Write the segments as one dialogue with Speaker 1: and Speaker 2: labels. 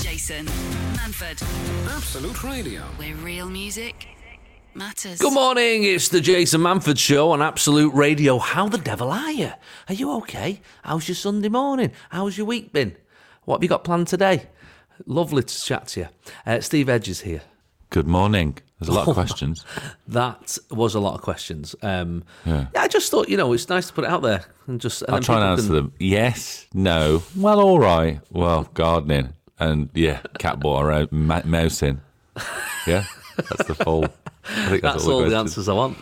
Speaker 1: Jason Manford,
Speaker 2: Absolute Radio.
Speaker 1: where real music matters.
Speaker 3: Good morning, it's the Jason Manford Show on Absolute Radio. How the devil are you? Are you okay? How's your Sunday morning? How's your week been? What have you got planned today? Lovely to chat to you. Uh, Steve Edge is here.
Speaker 4: Good morning. There's a lot of questions.
Speaker 3: That was a lot of questions. Um,
Speaker 4: Yeah.
Speaker 3: I just thought, you know, it's nice to put it out there and just. And
Speaker 4: I'll
Speaker 3: then
Speaker 4: try and
Speaker 3: people
Speaker 4: answer
Speaker 3: can-
Speaker 4: them. Yes, no, well, all right. Well, gardening and yeah, cat water out, ma- mouse in. Yeah, that's the full. I think
Speaker 3: That's all the answers I want.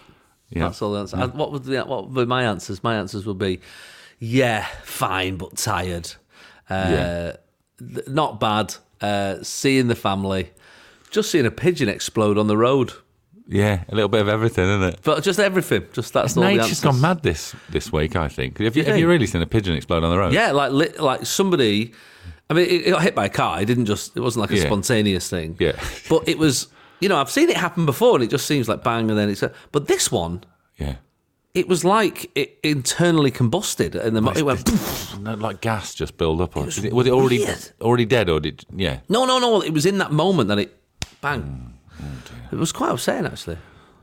Speaker 4: Yeah.
Speaker 3: That's all the answers. And What would the, what would be my answers? My answers would be, yeah, fine, but tired. Uh,
Speaker 4: Yeah.
Speaker 3: th- Not bad. Uh, seeing the family, just seeing a pigeon explode on the road,
Speaker 4: Yeah, a little bit of everything, isn't it?
Speaker 3: but just everything. Just that's all the
Speaker 4: Nature's
Speaker 3: answers.
Speaker 4: gone mad this this week. I think. Have you,
Speaker 3: You
Speaker 4: have you
Speaker 3: think?
Speaker 4: really seen a pigeon explode on the road?
Speaker 3: Yeah, like li- like somebody. I mean, it, it got hit by a car. It didn't just. It wasn't like a
Speaker 4: Yeah.
Speaker 3: spontaneous thing.
Speaker 4: Yeah.
Speaker 3: but it was. You know, I've seen it happen before, and it just seems like bang, and then it's. A, but this one,
Speaker 4: yeah.
Speaker 3: it was like it internally combusted, and the mo- it went.
Speaker 4: No, like gas just build up. Or, was it, was it already
Speaker 3: weird.
Speaker 4: already dead or did? Yeah.
Speaker 3: No, no, no. It was in that moment that it bang.
Speaker 4: Mm,
Speaker 3: it was quite upsetting, actually.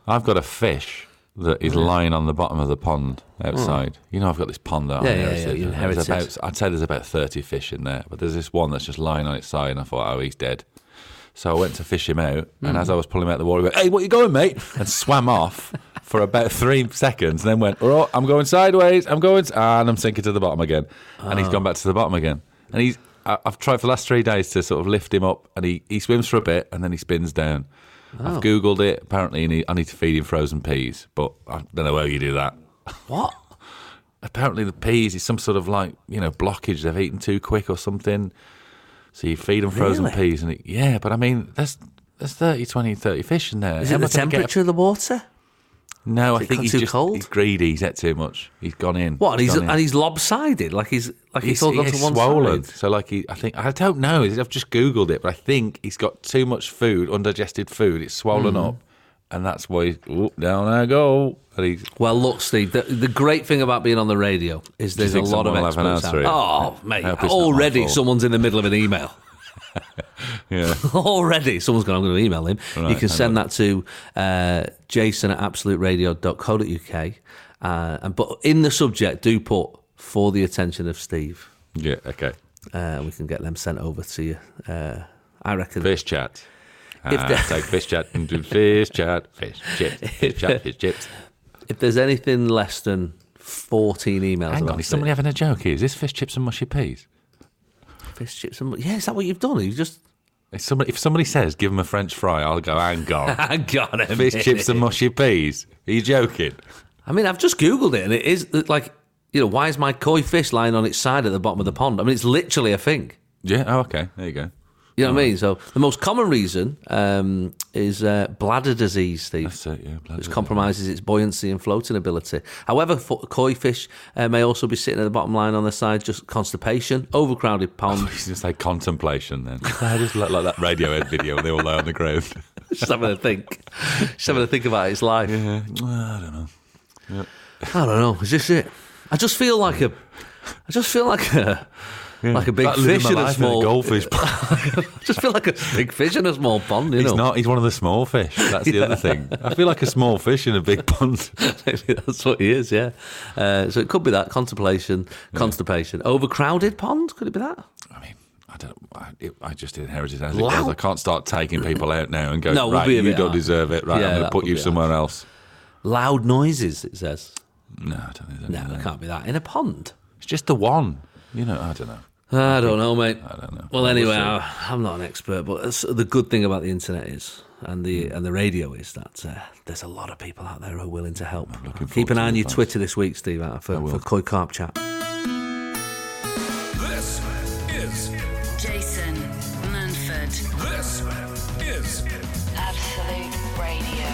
Speaker 4: I've got a fish that is lying on the bottom of the pond outside. You know, I've got this pond that
Speaker 3: Hmm. Yeah,
Speaker 4: I
Speaker 3: yeah,
Speaker 4: inherited.
Speaker 3: yeah, you
Speaker 4: There's
Speaker 3: inherited.
Speaker 4: about- I'd say there's about 30 fish in there, but there's this one that's just lying on its side, and I thought, oh, he's dead. So I went to fish him out, and
Speaker 3: Hmm.
Speaker 4: as I was pulling him out of the water, I went, hey, where you going, mate? And swam off for about three seconds, and then went, oh, I'm going sideways, I'm going, s- and I'm sinking to the bottom again. And he's
Speaker 3: Oh.
Speaker 4: gone back to the bottom again. And he's, I, I've tried for the last three days to sort of lift him up, and he, he swims for a bit, and then he spins down.
Speaker 3: Oh.
Speaker 4: I've Googled it, apparently, and he, I need to feed him frozen peas, but I don't know how you do that
Speaker 3: What?
Speaker 4: apparently the peas is some sort of like you know blockage they've eaten too quick or something so you feed them frozen
Speaker 3: Really?
Speaker 4: peas and it, yeah but i mean there's there's 30 20 30 fish in there
Speaker 3: Is it the temperature of the water?
Speaker 4: no i
Speaker 3: it
Speaker 4: think
Speaker 3: got
Speaker 4: he's
Speaker 3: too
Speaker 4: just
Speaker 3: cold?
Speaker 4: he's greedy he's ate too much he's gone in
Speaker 3: What? And he's
Speaker 4: gone in.
Speaker 3: and he's lopsided, like he's like he's, all gone
Speaker 4: he's
Speaker 3: to one
Speaker 4: swollen.
Speaker 3: side.
Speaker 4: So like he, I think I don't know. I've just googled it, but I think he's got too much food, undigested food. It's swollen
Speaker 3: Mm-hmm.
Speaker 4: up, and that's why he's, "Oop, down I go. And he's
Speaker 3: Well, look, Steve. The, the great thing about being on the radio is there's a
Speaker 4: think
Speaker 3: lot of
Speaker 4: someone will have an
Speaker 3: experts.
Speaker 4: answer
Speaker 3: out- Oh, mate!
Speaker 4: hope it's not my
Speaker 3: Already,
Speaker 4: fault.
Speaker 3: someone's in the middle of an email.
Speaker 4: yeah.
Speaker 3: already someone's gone, I'm going to email him. you
Speaker 4: Right,
Speaker 3: can
Speaker 4: hang
Speaker 3: send that to uh, jason at absoluteradio.co.uk. Uh, and, but in the subject, do put for the attention of Steve.
Speaker 4: yeah. Okay.
Speaker 3: Uh, and we can get them sent over to you. Uh, I reckon.
Speaker 4: Fish chat.
Speaker 3: If the-
Speaker 4: Hashtag fish chat. and do Fish chat. Fish chips. Fish chat. Fish chips.
Speaker 3: If there's anything less than 14 emails
Speaker 4: Hang
Speaker 3: about
Speaker 4: on, is somebody
Speaker 3: it,
Speaker 4: having a joke here? Is this fish chips and mushy peas?
Speaker 3: fish chips and... Yeah, is that what you've done? You've just...
Speaker 4: If somebody, if somebody says, give them a french fry, I'll go, hang on.
Speaker 3: I got it.
Speaker 4: fish chips and mushy peas. Are you joking?
Speaker 3: I mean, I've just Googled it and it is like, you know, why is my koi fish lying on its side at the bottom of the pond? I mean, it's literally a thing.
Speaker 4: Yeah, oh, okay. There you go.
Speaker 3: You know what I mean? So the most common reason um, is uh, bladder disease, Steve,
Speaker 4: So, yeah, bloody
Speaker 3: which compromises its buoyancy and floating ability. However, fo- koi fish uh, may also be sitting at the bottom line on their side, just constipation, overcrowded pond.
Speaker 4: He's going to say contemplation then. I just look like that Radiohead video when they all lie on the ground.
Speaker 3: just having to think, just having to think about its life.
Speaker 4: Yeah, I don't know.
Speaker 3: I don't know. Is this it? I just feel like a, I just feel like a, like a big
Speaker 4: Like living
Speaker 3: fish
Speaker 4: my
Speaker 3: in a
Speaker 4: life in
Speaker 3: small.
Speaker 4: goldfish. pond.
Speaker 3: just feel like a big fish in a small pond. You
Speaker 4: He's
Speaker 3: know,
Speaker 4: not. He's one of the small fish. That's the other thing. I feel like a small fish in a big pond.
Speaker 3: Maybe that's what he is, yeah. Uh, so it could be that contemplation, constipation, overcrowded pond. Could it be that?
Speaker 4: I mean, I don't. I, it, I just inherited it as it goes. I can't start taking people out now and go.
Speaker 3: No, we'll
Speaker 4: right,
Speaker 3: be a
Speaker 4: you
Speaker 3: bit
Speaker 4: don't
Speaker 3: harsh.
Speaker 4: deserve it. Right,
Speaker 3: Yeah,
Speaker 4: I'm going
Speaker 3: that
Speaker 4: to put
Speaker 3: would
Speaker 4: you
Speaker 3: be
Speaker 4: somewhere else.
Speaker 3: Loud noises, it says.
Speaker 4: No, I don't think.
Speaker 3: No, it can't be that in a pond.
Speaker 4: It's just the one. You know, I don't know.
Speaker 3: I don't know, mate. I
Speaker 4: don't know.
Speaker 3: Well,
Speaker 4: We'll
Speaker 3: anyway,
Speaker 4: see.
Speaker 3: I- I'm not an expert, but it's- the good thing about the internet is, and the
Speaker 4: Hmm.
Speaker 3: and the radio is that uh, there's a lot of people out there who are willing to help.
Speaker 4: looking
Speaker 3: Keep
Speaker 4: forward
Speaker 3: an
Speaker 4: to
Speaker 3: eye on
Speaker 4: it,
Speaker 3: your
Speaker 4: thanks.
Speaker 3: Twitter this week, Steve, out for, for Koi Carp Chat.
Speaker 2: This is
Speaker 1: Jason Manford,
Speaker 2: this is
Speaker 1: Absolute Radio.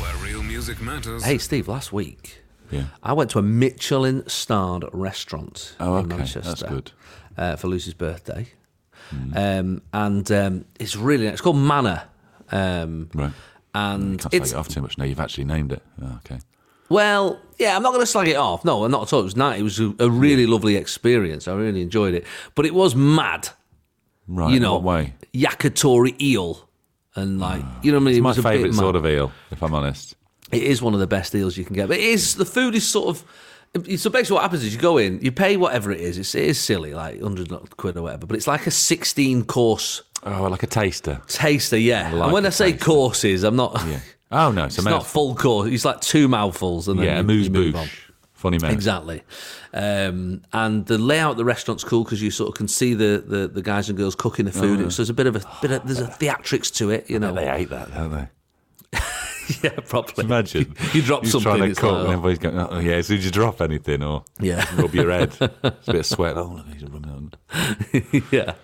Speaker 2: where real music matters.
Speaker 3: Hey, Steve, last week
Speaker 4: Yeah.
Speaker 3: I went to a Michelin starred restaurant
Speaker 4: Oh,
Speaker 3: in
Speaker 4: okay, that's
Speaker 3: Manchester
Speaker 4: good. Hmm.
Speaker 3: Uh, for Lucy's birthday. Um, and um, it's really, it's called Manor. Um,
Speaker 4: Right.
Speaker 3: and
Speaker 4: Can't
Speaker 3: it's
Speaker 4: take it off too much. No, you've actually named it. Oh, okay.
Speaker 3: Well, yeah, I'm not going to slag it off. No, not at all. It was nice. It was a, a really lovely experience. I really enjoyed it, but it was mad.
Speaker 4: Right,
Speaker 3: you know,
Speaker 4: what way? Ah.
Speaker 3: yakitori eel, and like you know what I mean. It
Speaker 4: My
Speaker 3: was a bit
Speaker 4: favourite
Speaker 3: mad.
Speaker 4: sort of eel, if I'm honest.
Speaker 3: It is one of the best deals you can get. But it is the food is sort of. So basically, what happens is you go in, you pay whatever it is. It's, it is silly, like hundred quid or whatever. But it's like a sixteen course
Speaker 4: Oh, like a taster.
Speaker 3: taster, yeah.
Speaker 4: like
Speaker 3: and when
Speaker 4: a
Speaker 3: I say
Speaker 4: taster.
Speaker 3: courses, I'm not.
Speaker 4: Yeah. Oh no, it's,
Speaker 3: It's
Speaker 4: a
Speaker 3: not
Speaker 4: mouth.
Speaker 3: full course. It's like two mouthfuls, and then
Speaker 4: yeah, a
Speaker 3: you,
Speaker 4: moose
Speaker 3: you move on.
Speaker 4: bouche. Funny man.
Speaker 3: Exactly. Um, and the layout of the restaurant's cool because you sort of can see the, the, the guys and girls cooking the
Speaker 4: Oh,
Speaker 3: food. So there's a bit of a bit of, there's a theatrics to it, you know.
Speaker 4: They hate that, don't they?
Speaker 3: yeah, probably.
Speaker 4: Imagine
Speaker 3: You drop
Speaker 4: You're
Speaker 3: something,
Speaker 4: trying to
Speaker 3: it's
Speaker 4: cook,
Speaker 3: like,
Speaker 4: and
Speaker 3: oh.
Speaker 4: everybody's going, oh, "Yeah, as soon as you drop anything or
Speaker 3: Yeah.
Speaker 4: rub your head, it's a bit of sweat. Oh, look, he's rubbing on.
Speaker 3: yeah.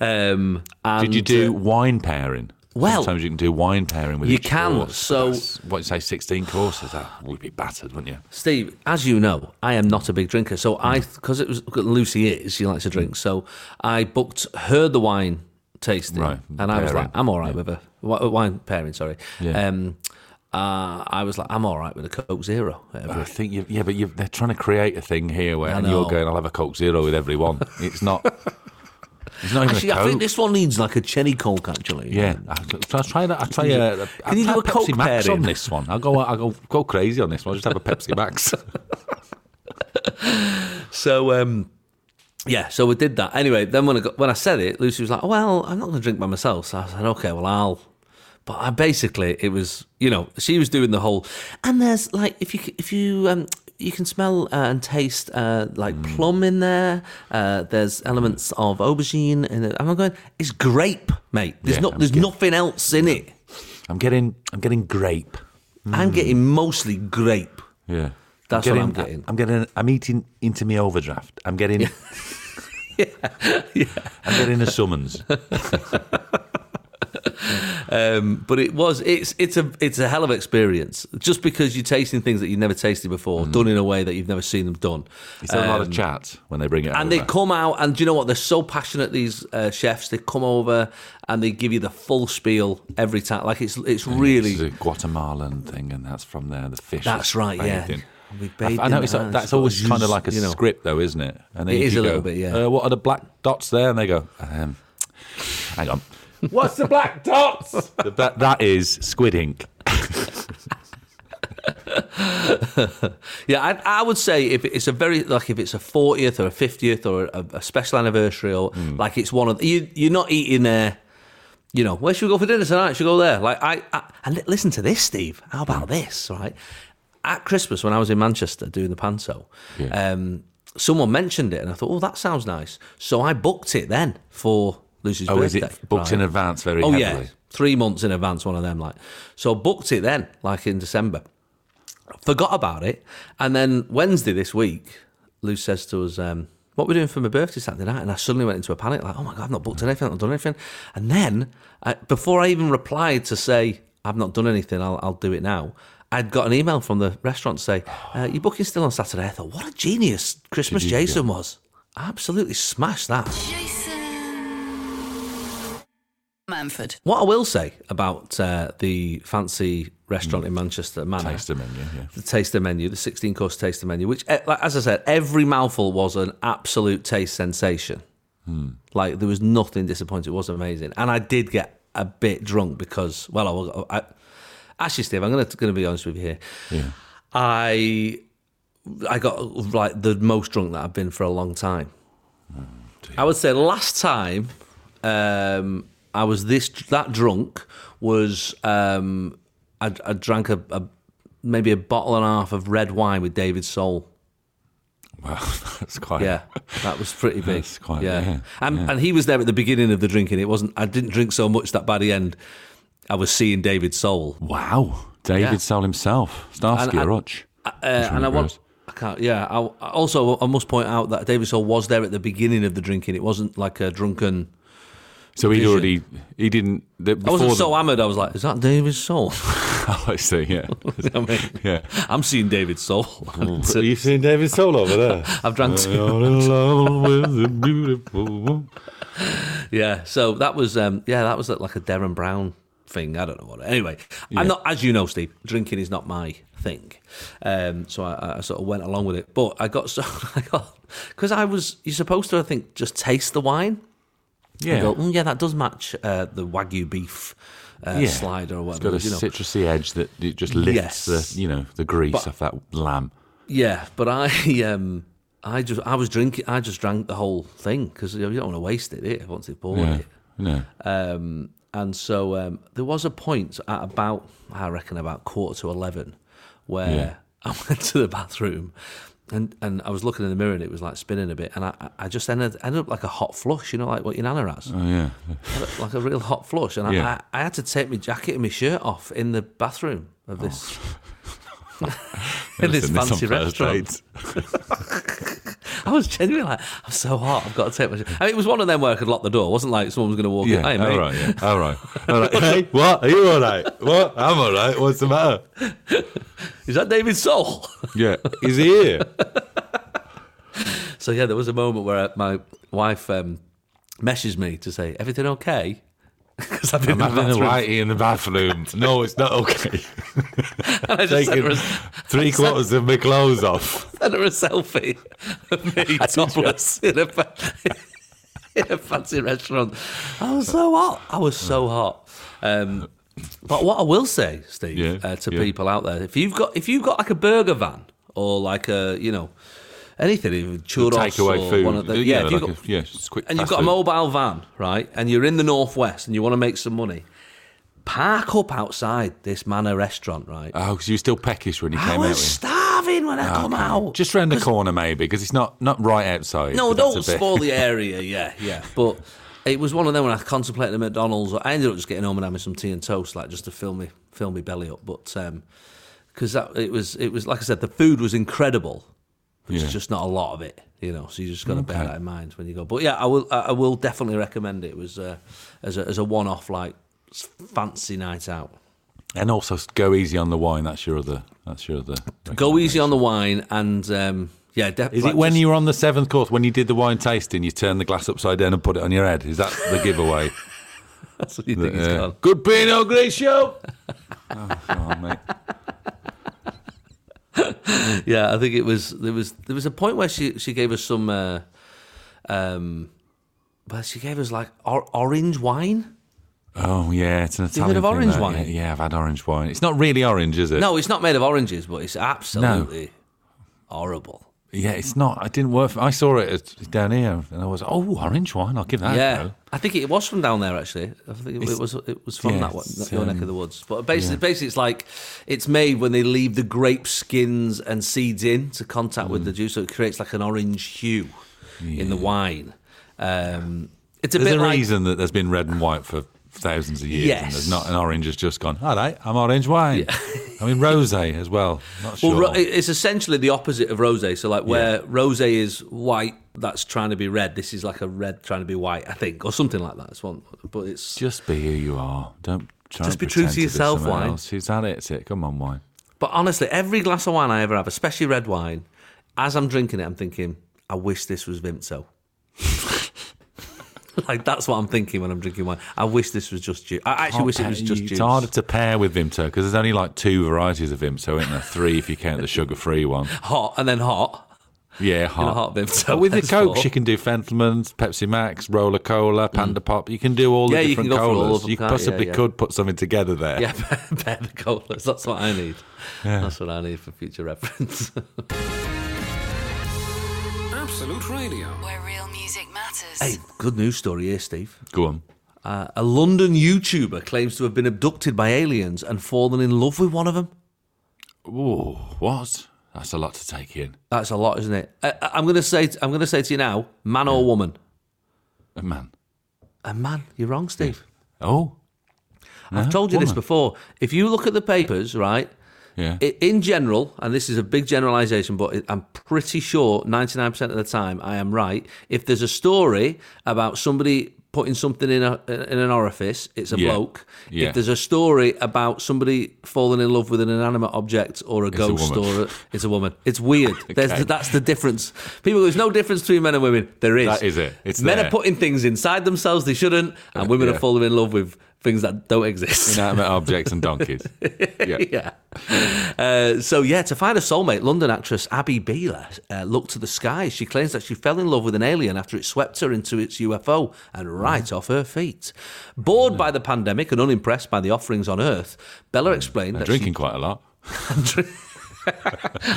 Speaker 3: Um, and,
Speaker 4: Did you do
Speaker 3: uh,
Speaker 4: wine pairing?
Speaker 3: well,
Speaker 4: sometimes you can do wine pairing with
Speaker 3: you
Speaker 4: each
Speaker 3: can,
Speaker 4: course.
Speaker 3: so-
Speaker 4: That's- what you say, sixteen courses? That would be battered, wouldn't you?
Speaker 3: Steve, as you know, I am not a big drinker, so I
Speaker 4: Mm.
Speaker 3: because it was Lucy is she likes to drink, so I booked her the wine tasting,
Speaker 4: Right,
Speaker 3: and I was
Speaker 4: pairing.
Speaker 3: like, I'm all right with a wi- wine pairing. Sorry,
Speaker 4: Yeah.
Speaker 3: um, uh, I was like, I'm all right with a Coke Zero.
Speaker 4: I think you, yeah, but you they're trying to create a thing here where
Speaker 3: I
Speaker 4: and you're
Speaker 3: know.
Speaker 4: going, I'll have a Coke Zero with everyone. It's not. it's not even
Speaker 3: Actually,
Speaker 4: a Coke.
Speaker 3: I think this one needs like a cherry Coke. Actually,
Speaker 4: yeah, I, I'll try that. I'll try a, a,
Speaker 3: Can you
Speaker 4: I'll
Speaker 3: do
Speaker 4: try
Speaker 3: a Coke
Speaker 4: Pepsi Max on
Speaker 3: pairing?
Speaker 4: this one? I'll go. I'll go go crazy on this one. I'll just have a Pepsi Max.
Speaker 3: So um yeah, so we did that. Anyway, then when I got, when I said it, Lucy was like, "Well, I'm not going to drink by myself." So I said, "Okay, well, I'll." But I basically, it was you know, she was doing the whole, and there's like if you c- if you um you can smell uh, and taste uh like
Speaker 4: Mm.
Speaker 3: plum in there. Uh There's elements of aubergine, and I'm going, it's grape, mate. There's
Speaker 4: Yeah,
Speaker 3: not
Speaker 4: I'm
Speaker 3: there's
Speaker 4: get-
Speaker 3: nothing else in it.
Speaker 4: I'm getting. I'm getting grape.
Speaker 3: I'm
Speaker 4: Mm.
Speaker 3: getting mostly grape.
Speaker 4: Yeah.
Speaker 3: That's what I'm getting.
Speaker 4: I'm getting. I'm eating into my overdraft. I'm getting. I'm getting a summons.
Speaker 3: Um, but it was it's it's a it's a hell of experience just because you're tasting things that you've never tasted before, done in a way that you've never seen them done.
Speaker 4: Mm.
Speaker 3: Um,
Speaker 4: It's a lot of chat when they bring it.
Speaker 3: And they come out, and do you know what? They're so passionate. These uh, chefs, they come over and they give you the full spiel every time. Like it's it's
Speaker 4: It's
Speaker 3: really
Speaker 4: a Guatemalan thing, and that's from there. The fish.
Speaker 3: That's
Speaker 4: is
Speaker 3: right, yeah.
Speaker 4: bathed in.
Speaker 3: We
Speaker 4: I,
Speaker 3: bathed
Speaker 4: I
Speaker 3: in
Speaker 4: know
Speaker 3: the
Speaker 4: it's,
Speaker 3: hands,
Speaker 4: that's
Speaker 3: sort of
Speaker 4: always kind of
Speaker 3: use,
Speaker 4: like a
Speaker 3: you know.
Speaker 4: script, though, isn't it? And then
Speaker 3: It
Speaker 4: if
Speaker 3: is
Speaker 4: you
Speaker 3: a little
Speaker 4: go,
Speaker 3: bit, yeah.
Speaker 4: Uh, what are the black dots there? And they go, um, hang on. What's the black dots? that, that is squid ink.
Speaker 3: yeah. I, I would say if it's a very like if it's a fortieth or a fiftieth or a, a special anniversary or
Speaker 4: Hmm.
Speaker 3: like it's one of you you're not eating there. you know, where should we go for dinner tonight? Should we go there? Like, I, I and li- listen to this, Steve. How about
Speaker 4: Hmm.
Speaker 3: this, right? At Christmas, when I was in Manchester doing the panto,
Speaker 4: Yeah.
Speaker 3: um, someone mentioned it, and I thought, oh, that sounds nice. So I booked it then for Lucy's
Speaker 4: Oh, is
Speaker 3: birthday.
Speaker 4: it booked in
Speaker 3: right?
Speaker 4: advance very
Speaker 3: Oh
Speaker 4: heavily?
Speaker 3: yeah, three months in advance. One of them, like, so booked it then, like in December. Forgot about it, and then Wednesday this week, Lou says to us, um, "What we're doing for my birthday Saturday night?" And I suddenly went into a panic, like, "Oh my god, I've not booked anything, I've not done anything." And then, I, before I even replied to say I've not done anything, I'll, I'll do it now. I'd got an email from the restaurant to say, uh, "Your booking's still on Saturday." I thought, "What a genius Christmas Jason was! Absolutely smashed that."
Speaker 1: Jason Manford.
Speaker 3: What I will say about uh, the fancy restaurant in Manchester, Manor,
Speaker 4: Taster menu, yeah.
Speaker 3: the taster menu, the 16 course taster menu, which, eh, like, as I said, every mouthful was an absolute taste sensation. Like, there was nothing disappointing. It was amazing. And I did get a bit drunk because, well, I, I, actually, Steve, I'm going to be honest with you here.
Speaker 4: Yeah.
Speaker 3: I. I got like the most drunk that I've been for a long time. I would say last time um, I was this that drunk was um, I, I drank a, a maybe a bottle and a half of red wine with David Soul.
Speaker 4: Well, that's quite.
Speaker 3: Yeah, that was pretty big.
Speaker 4: That's quite- yeah,
Speaker 3: and and he was there at the beginning of the drinking. It wasn't. I didn't drink so much that by the end, I was seeing David Soul.
Speaker 4: Wow. David
Speaker 3: Yeah.
Speaker 4: Soul himself. Starsky
Speaker 3: And I-
Speaker 4: Rutch.
Speaker 3: Uh, and I want.
Speaker 4: reversed.
Speaker 3: I can't. Yeah. I, I- also, I must point out that David Soul was there at the beginning of the drinking. It wasn't like a drunken.
Speaker 4: So he'd already. He didn't. The,
Speaker 3: I
Speaker 4: before
Speaker 3: wasn't
Speaker 4: the,
Speaker 3: so hammered. I was like, "Is that David Soul?"
Speaker 4: Oh, I see, yeah.
Speaker 3: I mean,
Speaker 4: yeah.
Speaker 3: I'm seeing David Soul.
Speaker 4: You've seen David Soul over there.
Speaker 3: I've drank two.
Speaker 4: You're in love with the beautiful woman.
Speaker 3: Yeah, so that was um, yeah, that was like a Darren Brown thing. I don't know what. Anyway, I'm not as you know, Steve. Drinking is not my thing, um, so I, I sort of went along with it. But I got so I got because I was you're supposed to I think just taste the wine, You
Speaker 4: Yeah.
Speaker 3: go, "Mm, yeah, that does match uh, the wagyu beef uh,
Speaker 4: Yeah.
Speaker 3: slider or
Speaker 4: It's got
Speaker 3: whatever.
Speaker 4: a
Speaker 3: you know.
Speaker 4: citrusy edge that it just lifts
Speaker 3: Yes.
Speaker 4: the you know the grease
Speaker 3: But-
Speaker 4: off that lamb.
Speaker 3: Yeah, but I um I just I was drinking I just drank the whole thing because you, know, you don't want to waste it eh, once they've poured
Speaker 4: Yeah,
Speaker 3: it.
Speaker 4: yeah.
Speaker 3: Um, and so um, there was a point at about I reckon about quarter to eleven where
Speaker 4: Yeah.
Speaker 3: I went to the bathroom. And and I was looking in the mirror and it was like spinning a bit and I I just ended ended up like a hot flush you know like what your nana has
Speaker 4: Oh yeah,
Speaker 3: like a real hot flush and
Speaker 4: Yeah.
Speaker 3: I, I I had to take my jacket and my shirt off in the bathroom of this in this
Speaker 4: Listen, Oh. this on
Speaker 3: fancy
Speaker 4: first
Speaker 3: restaurant
Speaker 4: dates.
Speaker 3: I was genuinely like, I'm so hot. I've got to take my. I mean, it was one of them where I could lock the door. It wasn't like someone was going to walk
Speaker 4: Yeah,
Speaker 3: in. Hey, mate.
Speaker 4: all right, yeah, all right, all right. hey, what? Are you all right? What? I'm all right. What's the matter?
Speaker 3: Is that David Soul?
Speaker 4: Yeah, he's here.
Speaker 3: so yeah, there was a moment where uh, my wife um, messaged me to say, "Everything okay?" Because I've been
Speaker 4: I'm
Speaker 3: in the
Speaker 4: having a
Speaker 3: bathroom.
Speaker 4: whitey in the bathroom. No, it's not okay.
Speaker 3: And I just sent her,
Speaker 4: Taking
Speaker 3: a,
Speaker 4: three quarters of my clothes off.
Speaker 3: sent her a selfie of me topless in a, fa- in a fancy restaurant. I was so hot. I was so hot. Um, but what I will say, Steve,
Speaker 4: Yeah,
Speaker 3: uh, to
Speaker 4: yeah.
Speaker 3: people out there, if you've got if you've got like a burger van or like a you know anything, even churros
Speaker 4: Takeaway
Speaker 3: or
Speaker 4: food.
Speaker 3: one of the,
Speaker 4: yeah,
Speaker 3: yeah, if you've
Speaker 4: like
Speaker 3: got,
Speaker 4: a, yeah, just quick.
Speaker 3: and you've
Speaker 4: fast
Speaker 3: got a
Speaker 4: food.
Speaker 3: mobile van, right? And you're in the northwest and you want to make some money. Park up outside this manor restaurant, right?
Speaker 4: Oh, because you were still peckish when you
Speaker 3: I
Speaker 4: came
Speaker 3: was
Speaker 4: out. with Ah,
Speaker 3: starving when I come out.
Speaker 4: Just round the corner, maybe, because it's not not right outside.
Speaker 3: No,
Speaker 4: but that's
Speaker 3: don't
Speaker 4: a bit-
Speaker 3: spoil the area. Yeah, yeah. But it was one of them when I contemplated the McDonald's. I ended up just getting home and having some tea and toast, like just to fill me fill me belly up. But um 'cause because that it was it was like I said, the food was incredible. There's
Speaker 4: Yeah.
Speaker 3: just not a lot of it, you know. So you just got to bear
Speaker 4: Okay.
Speaker 3: that in mind when you go. But yeah, I will I I will definitely recommend it. It was uh, as a, as a one off like s- fancy night out.
Speaker 4: And also s- go easy on the wine. That's your other. That's your other.
Speaker 3: Go easy on the wine and um, yeah. def-
Speaker 4: Is
Speaker 3: like
Speaker 4: it when
Speaker 3: just-
Speaker 4: you were on the seventh course when you did the wine tasting? You turned the glass upside down and put it on your head. Is that the giveaway?
Speaker 3: That's what you think it's
Speaker 4: Yeah.
Speaker 3: called.
Speaker 4: Good Pinot Grigio. oh, come on, mate.
Speaker 3: Yeah, I think it was there was there was a point where she she gave us some, uh, um, well, she gave us like or, orange wine.
Speaker 4: Oh yeah, it's an
Speaker 3: you
Speaker 4: Italian.
Speaker 3: heard of
Speaker 4: thing,
Speaker 3: orange
Speaker 4: that.
Speaker 3: wine?
Speaker 4: Yeah, yeah, I've had orange wine. It's not really orange, is it?
Speaker 3: No, it's not made of oranges, but it's absolutely horrible.
Speaker 4: Yeah, it's not. I didn't work. For, I saw it at- down here, and I was oh orange wine. I'll give that. a
Speaker 3: yeah,
Speaker 4: go.
Speaker 3: I think it was from down there actually. I think it,
Speaker 4: It's-
Speaker 3: was it was from
Speaker 4: yeah,
Speaker 3: that one,
Speaker 4: it's,
Speaker 3: your neck
Speaker 4: um,
Speaker 3: of the woods. But basically, basically, it's like it's made when they leave the grape skins and seeds in to contact with the
Speaker 4: Mm.
Speaker 3: juice, so it creates like an orange hue in the wine. Um, it's a
Speaker 4: There's
Speaker 3: bit
Speaker 4: a
Speaker 3: like
Speaker 4: reason that there's been red and white for thousands of years.
Speaker 3: Yes.
Speaker 4: And there's not an orange has just gone. All right, I'm orange wine. I mean rosé as well. Not sure.
Speaker 3: Well, ro- it's essentially the opposite of rosé. So, like where rosé is white, that's trying to be red. This is like a red trying to be white, I think, or something like that. It's one, but it's.
Speaker 4: just be who you are. Don't try.
Speaker 3: Just
Speaker 4: and
Speaker 3: be true to
Speaker 4: pretend be
Speaker 3: yourself,
Speaker 4: someone
Speaker 3: wine.
Speaker 4: Else. Is that it? It's it. Come on, wine.
Speaker 3: But honestly, every glass of wine I ever have, especially red wine, as I'm drinking it, I'm thinking, I wish this was Vimto. like that's what I'm thinking when I'm drinking wine. I wish this was just juice. I actually wish it was just
Speaker 4: it's
Speaker 3: juice.
Speaker 4: harder to pair with Vimto because there's only like two varieties of Vimto, isn't there? Three if you count the sugar-free one.
Speaker 3: Hot and then hot.
Speaker 4: Yeah, hot.
Speaker 3: a hot Vimto,
Speaker 4: But with the
Speaker 3: that's
Speaker 4: Coke,
Speaker 3: four.
Speaker 4: you can do Fentelman's, Pepsi Max, Roller Cola, Panda Pop. You can do all the
Speaker 3: Mm. Yeah, you can go
Speaker 4: different
Speaker 3: for all
Speaker 4: colas.
Speaker 3: of them,
Speaker 4: you
Speaker 3: can't you?
Speaker 4: possibly
Speaker 3: Yeah.
Speaker 4: could put something together there.
Speaker 3: Yeah, pair the colas. That's what I need. That's what I need for future reference.
Speaker 2: Absolute Radio.
Speaker 1: Where real music matters.
Speaker 3: hey, good news story here, Steve.
Speaker 4: Go on.
Speaker 3: Uh, a London YouTuber claims to have been abducted by aliens and fallen in love with one of them.
Speaker 4: Ooh, what? That's a lot to take in.
Speaker 3: That's a lot, isn't it? I, I- I'm gonna say I'm gonna say to you now, man or woman?
Speaker 4: A man.
Speaker 3: A man. You're wrong, Steve.
Speaker 4: Oh,
Speaker 3: I've told you this
Speaker 4: woman.
Speaker 3: before. If you look at the papers, right,
Speaker 4: yeah.
Speaker 3: i in general, and this is a big generalisation, but it- I'm pretty sure 99% of the time I am right. If there's a story about somebody putting something in a in an orifice, it's a
Speaker 4: Yeah.
Speaker 3: bloke.
Speaker 4: Yeah.
Speaker 3: If there's a story about somebody falling in love with an inanimate object or a
Speaker 4: a
Speaker 3: ghost
Speaker 4: woman.
Speaker 3: or a, it's a woman. It's weird.
Speaker 4: Okay.
Speaker 3: There's, that's the difference. People, go, there's no difference between men and women. There is.
Speaker 4: That is it. It's
Speaker 3: men
Speaker 4: there. Uh,
Speaker 3: are putting things inside themselves they shouldn't, and women
Speaker 4: yeah.
Speaker 3: are falling in love with things that don't exist.
Speaker 4: Inanimate objects and donkeys. Yeah.
Speaker 3: yeah. Uh, so yeah, to find a soulmate, London actress Abby Beeler uh, looked to the skies. She claims that she fell in love with an alien after it swept her into its UFO and right off her feet. Bored by the pandemic and unimpressed by the offerings on Earth, Bella explained that
Speaker 4: Mm. Drinking quite a lot.
Speaker 3: She,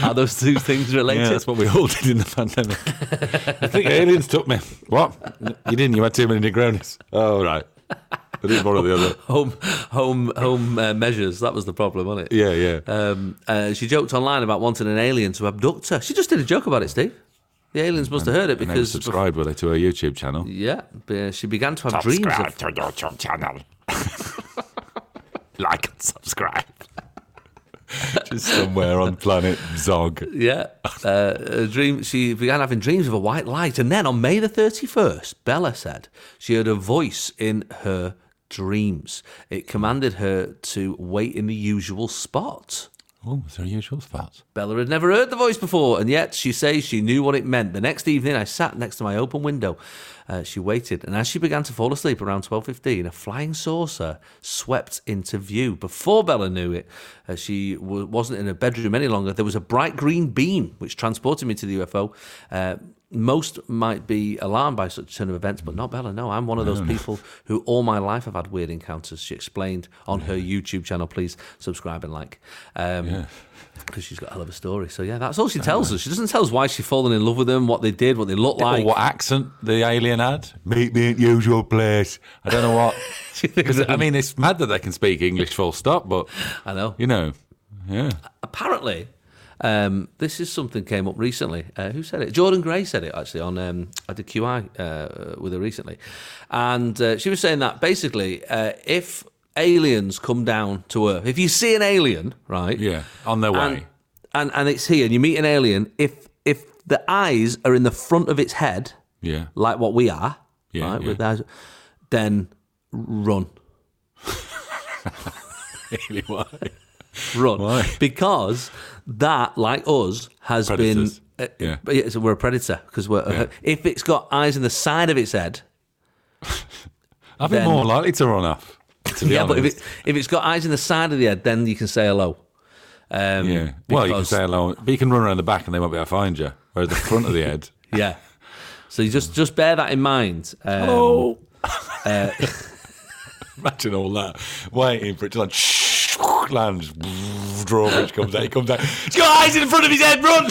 Speaker 3: are those two things related?
Speaker 4: Yeah, that's what we all did in the pandemic. I think aliens took me. What? You didn't. You had too many Negronis. Oh, right. It is one or the other.
Speaker 3: Home, home, home uh, measures. That was the problem, wasn't it?
Speaker 4: Yeah, yeah.
Speaker 3: Um, uh, she joked online about wanting an alien to abduct her. She just did a joke about it, Steve. The aliens must have heard it
Speaker 4: and they were
Speaker 3: because
Speaker 4: subscribed, were they, to her YouTube channel?
Speaker 3: yeah, uh, she began to have dreams of
Speaker 4: to your YouTube channel. like and subscribe. Just somewhere on planet Zog.
Speaker 3: Yeah, uh, a dream. She began having dreams of a white light, and then on May the thirty-first, Bella said she heard a voice in her dreams. It commanded her to wait in the usual spot.
Speaker 4: Oh, it's her usual spots.
Speaker 3: Bella had never heard the voice before, and yet she says she knew what it meant. The next evening, I sat next to my open window. Uh, she waited, and as she began to fall asleep around twelve fifteen, a flying saucer swept into view. Before Bella knew it, uh, she w- wasn't in her bedroom any longer. There was a bright green beam which transported me to the UFO. Uh, most might be alarmed by such a turn of events, but not Bella. No, I'm one of those people who all my life have had weird encounters. She explained on her YouTube channel. Please subscribe and like. Um, because she's got a hell of a story. So yeah, that's all she tells us. She doesn't tell us why she's fallen in love with them, what they did, what they look
Speaker 4: Or
Speaker 3: like.
Speaker 4: what accent the alien had? Meet me at usual place. I don't know what.
Speaker 3: She thinks
Speaker 4: 'Cause, I mean, it's mad that they can speak English full stop, but
Speaker 3: I know.
Speaker 4: you know, yeah.
Speaker 3: Apparently, um, this is something came up recently. Uh, who said it? Jordan Gray said it actually on um, I did QI uh, with her recently, and uh, she was saying that basically uh, if aliens come down to Earth, if you see an alien, right?
Speaker 4: Yeah, on their way.
Speaker 3: And, and and it's here, and you meet an alien. If if the eyes are in the front of its head,
Speaker 4: yeah.
Speaker 3: like what we are,
Speaker 4: Yeah,
Speaker 3: right?
Speaker 4: yeah.
Speaker 3: With that, then run,
Speaker 4: Really, why?
Speaker 3: run,
Speaker 4: Why?
Speaker 3: because that, like us, has
Speaker 4: Predators.
Speaker 3: been. uh,
Speaker 4: Yeah.
Speaker 3: but yeah, so we're a predator because we're.
Speaker 4: Yeah.
Speaker 3: If it's got eyes in the side of its head,
Speaker 4: I'd be
Speaker 3: Then-
Speaker 4: more likely to run off. To be
Speaker 3: yeah.
Speaker 4: honest.
Speaker 3: But if it if it's got eyes in the side of the head, then you can say hello. Um,
Speaker 4: yeah. Well, you can
Speaker 3: because-
Speaker 4: say hello, but you can run around the back and they won't be able to find you. Whereas the front of the head,
Speaker 3: yeah. So you just just bear that in mind. Um,
Speaker 4: oh, imagine all that waiting for it to land. Shh, lands. Drawbridge comes out. He comes out. He's got eyes in front of his head. Run.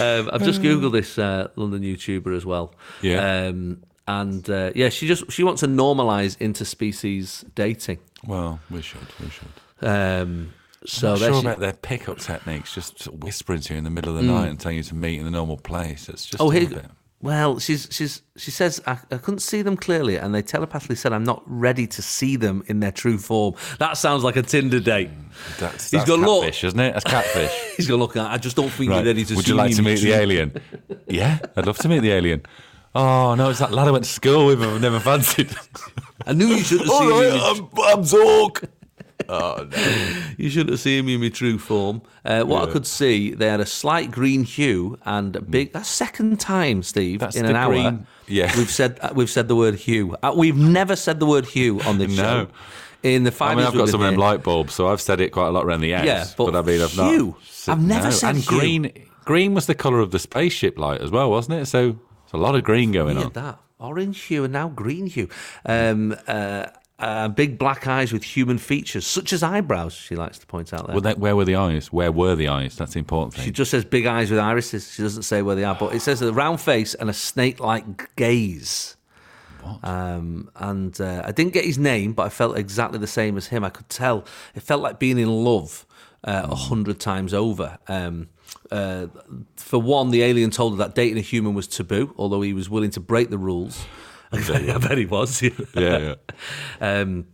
Speaker 3: Um, I've just googled this uh, London YouTuber as well.
Speaker 4: Yeah.
Speaker 3: Um, and uh, yeah, she just she wants to normalise interspecies dating.
Speaker 4: well, we should. We should.
Speaker 3: Um, so
Speaker 4: Not
Speaker 3: there
Speaker 4: sure
Speaker 3: she-
Speaker 4: about their pickup techniques, just sort of whispering to you in the middle of the night and telling you to meet in the normal place. It's just
Speaker 3: Mm. oh
Speaker 4: a
Speaker 3: here.
Speaker 4: bit.
Speaker 3: Well, she's she's she says I, I couldn't see them clearly, and they telepathically said I'm not ready to see them in their true form. That sounds like a Tinder date.
Speaker 4: That's,
Speaker 3: He's
Speaker 4: that's
Speaker 3: got a lot-
Speaker 4: catfish, isn't it? That's catfish.
Speaker 3: He's gonna look at. I just don't think
Speaker 4: Right.
Speaker 3: you're ready to.
Speaker 4: Would
Speaker 3: see
Speaker 4: you like to
Speaker 3: me,
Speaker 4: meet the
Speaker 3: Jim."
Speaker 4: alien? yeah, I'd love to meet the alien. Oh no, it's that lad I went to school with. I've never fancied.
Speaker 3: I knew you shouldn't have
Speaker 4: All
Speaker 3: seen me.
Speaker 4: right,
Speaker 3: in my-
Speaker 4: I'm, I'm Zork.
Speaker 3: You shouldn't have seen me in my true form. Uh, what I
Speaker 4: Yeah.
Speaker 3: could see, they had a slight green hue and a big. That's second time, Steve,
Speaker 4: That's
Speaker 3: in
Speaker 4: the
Speaker 3: an hour.
Speaker 4: green- yeah.
Speaker 3: we've said uh, we've said the word hue. Uh, we've never said the word hue on this
Speaker 4: No.
Speaker 3: show. In the five
Speaker 4: I mean,
Speaker 3: years
Speaker 4: I've
Speaker 3: we've
Speaker 4: got
Speaker 3: been
Speaker 4: some of them
Speaker 3: here.
Speaker 4: light bulbs, so I've said it quite a lot around the house.
Speaker 3: Yeah, but
Speaker 4: I mean, I've not.
Speaker 3: hue.
Speaker 4: said-
Speaker 3: I've never
Speaker 4: no.
Speaker 3: said
Speaker 4: and
Speaker 3: hue.
Speaker 4: green. Green was the colour of the spaceship light as well, wasn't it? So it's a lot of green going
Speaker 3: Look
Speaker 4: on.
Speaker 3: at that orange hue and now green hue. Um, uh, uh, big black eyes with human features, such as eyebrows. She likes to point out there.
Speaker 4: Well, they, where were the eyes? Where were the eyes? That's the important
Speaker 3: She
Speaker 4: thing.
Speaker 3: just says big eyes with irises. She doesn't say where they are, but it says a round face and a snake-like gaze. Um, and uh, I didn't get his name, but I felt exactly the same as him. I could tell. It felt like being in love uh, a hundred times over. Um, uh, for one, the alien told her that dating a human was taboo, although he was willing to break the rules. I bet he was. yeah.
Speaker 4: Yeah, yeah.
Speaker 3: Um,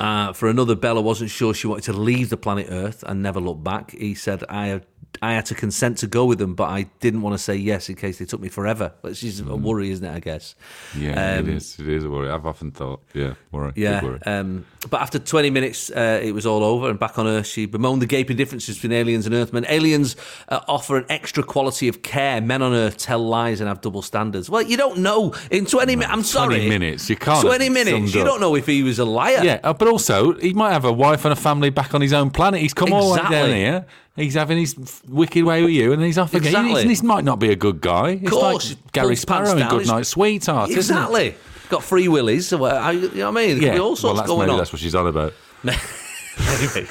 Speaker 3: Uh, for another, Bella wasn't sure she wanted to leave the planet Earth and never look back. He said, "I I had to consent to go with them, but I didn't want to say yes in case they took me forever." Which is
Speaker 4: Mm-hmm.
Speaker 3: a worry, isn't it? I guess.
Speaker 4: Yeah,
Speaker 3: Um,
Speaker 4: it is. It is a worry. I've often thought, yeah, worry. big
Speaker 3: Yeah.
Speaker 4: worry.
Speaker 3: Um, but after 20 minutes, uh, it was all over, and back on Earth, she bemoaned the gaping differences between aliens and Earthmen. Aliens uh, offer an extra quality of care. Men on Earth tell lies and have double standards. Well, you don't know. In 20 minutes, I'm sorry.
Speaker 4: 20 Mm, minutes, you can't
Speaker 3: 20
Speaker 4: have
Speaker 3: minutes.
Speaker 4: summed
Speaker 3: You
Speaker 4: up.
Speaker 3: don't know if he was a liar.
Speaker 4: yeah, uh, but also he might have a wife and a family back on his own planet. He's come all the way down
Speaker 3: Exactly.
Speaker 4: here. He's having his f- wicked way with you, and he's off again.
Speaker 3: Exactly.
Speaker 4: He's- This might not be a good guy. It's
Speaker 3: course,
Speaker 4: like Gary
Speaker 3: pulls pants
Speaker 4: Sparrow in
Speaker 3: down,
Speaker 4: Good
Speaker 3: it's-
Speaker 4: Night Sweetheart. isn't it?
Speaker 3: Exactly. Got free willies. So, uh, I- you know what I mean? There could be all
Speaker 4: well,
Speaker 3: sorts
Speaker 4: that's
Speaker 3: going
Speaker 4: maybe
Speaker 3: on.
Speaker 4: that's what she's on about.
Speaker 3: maybe,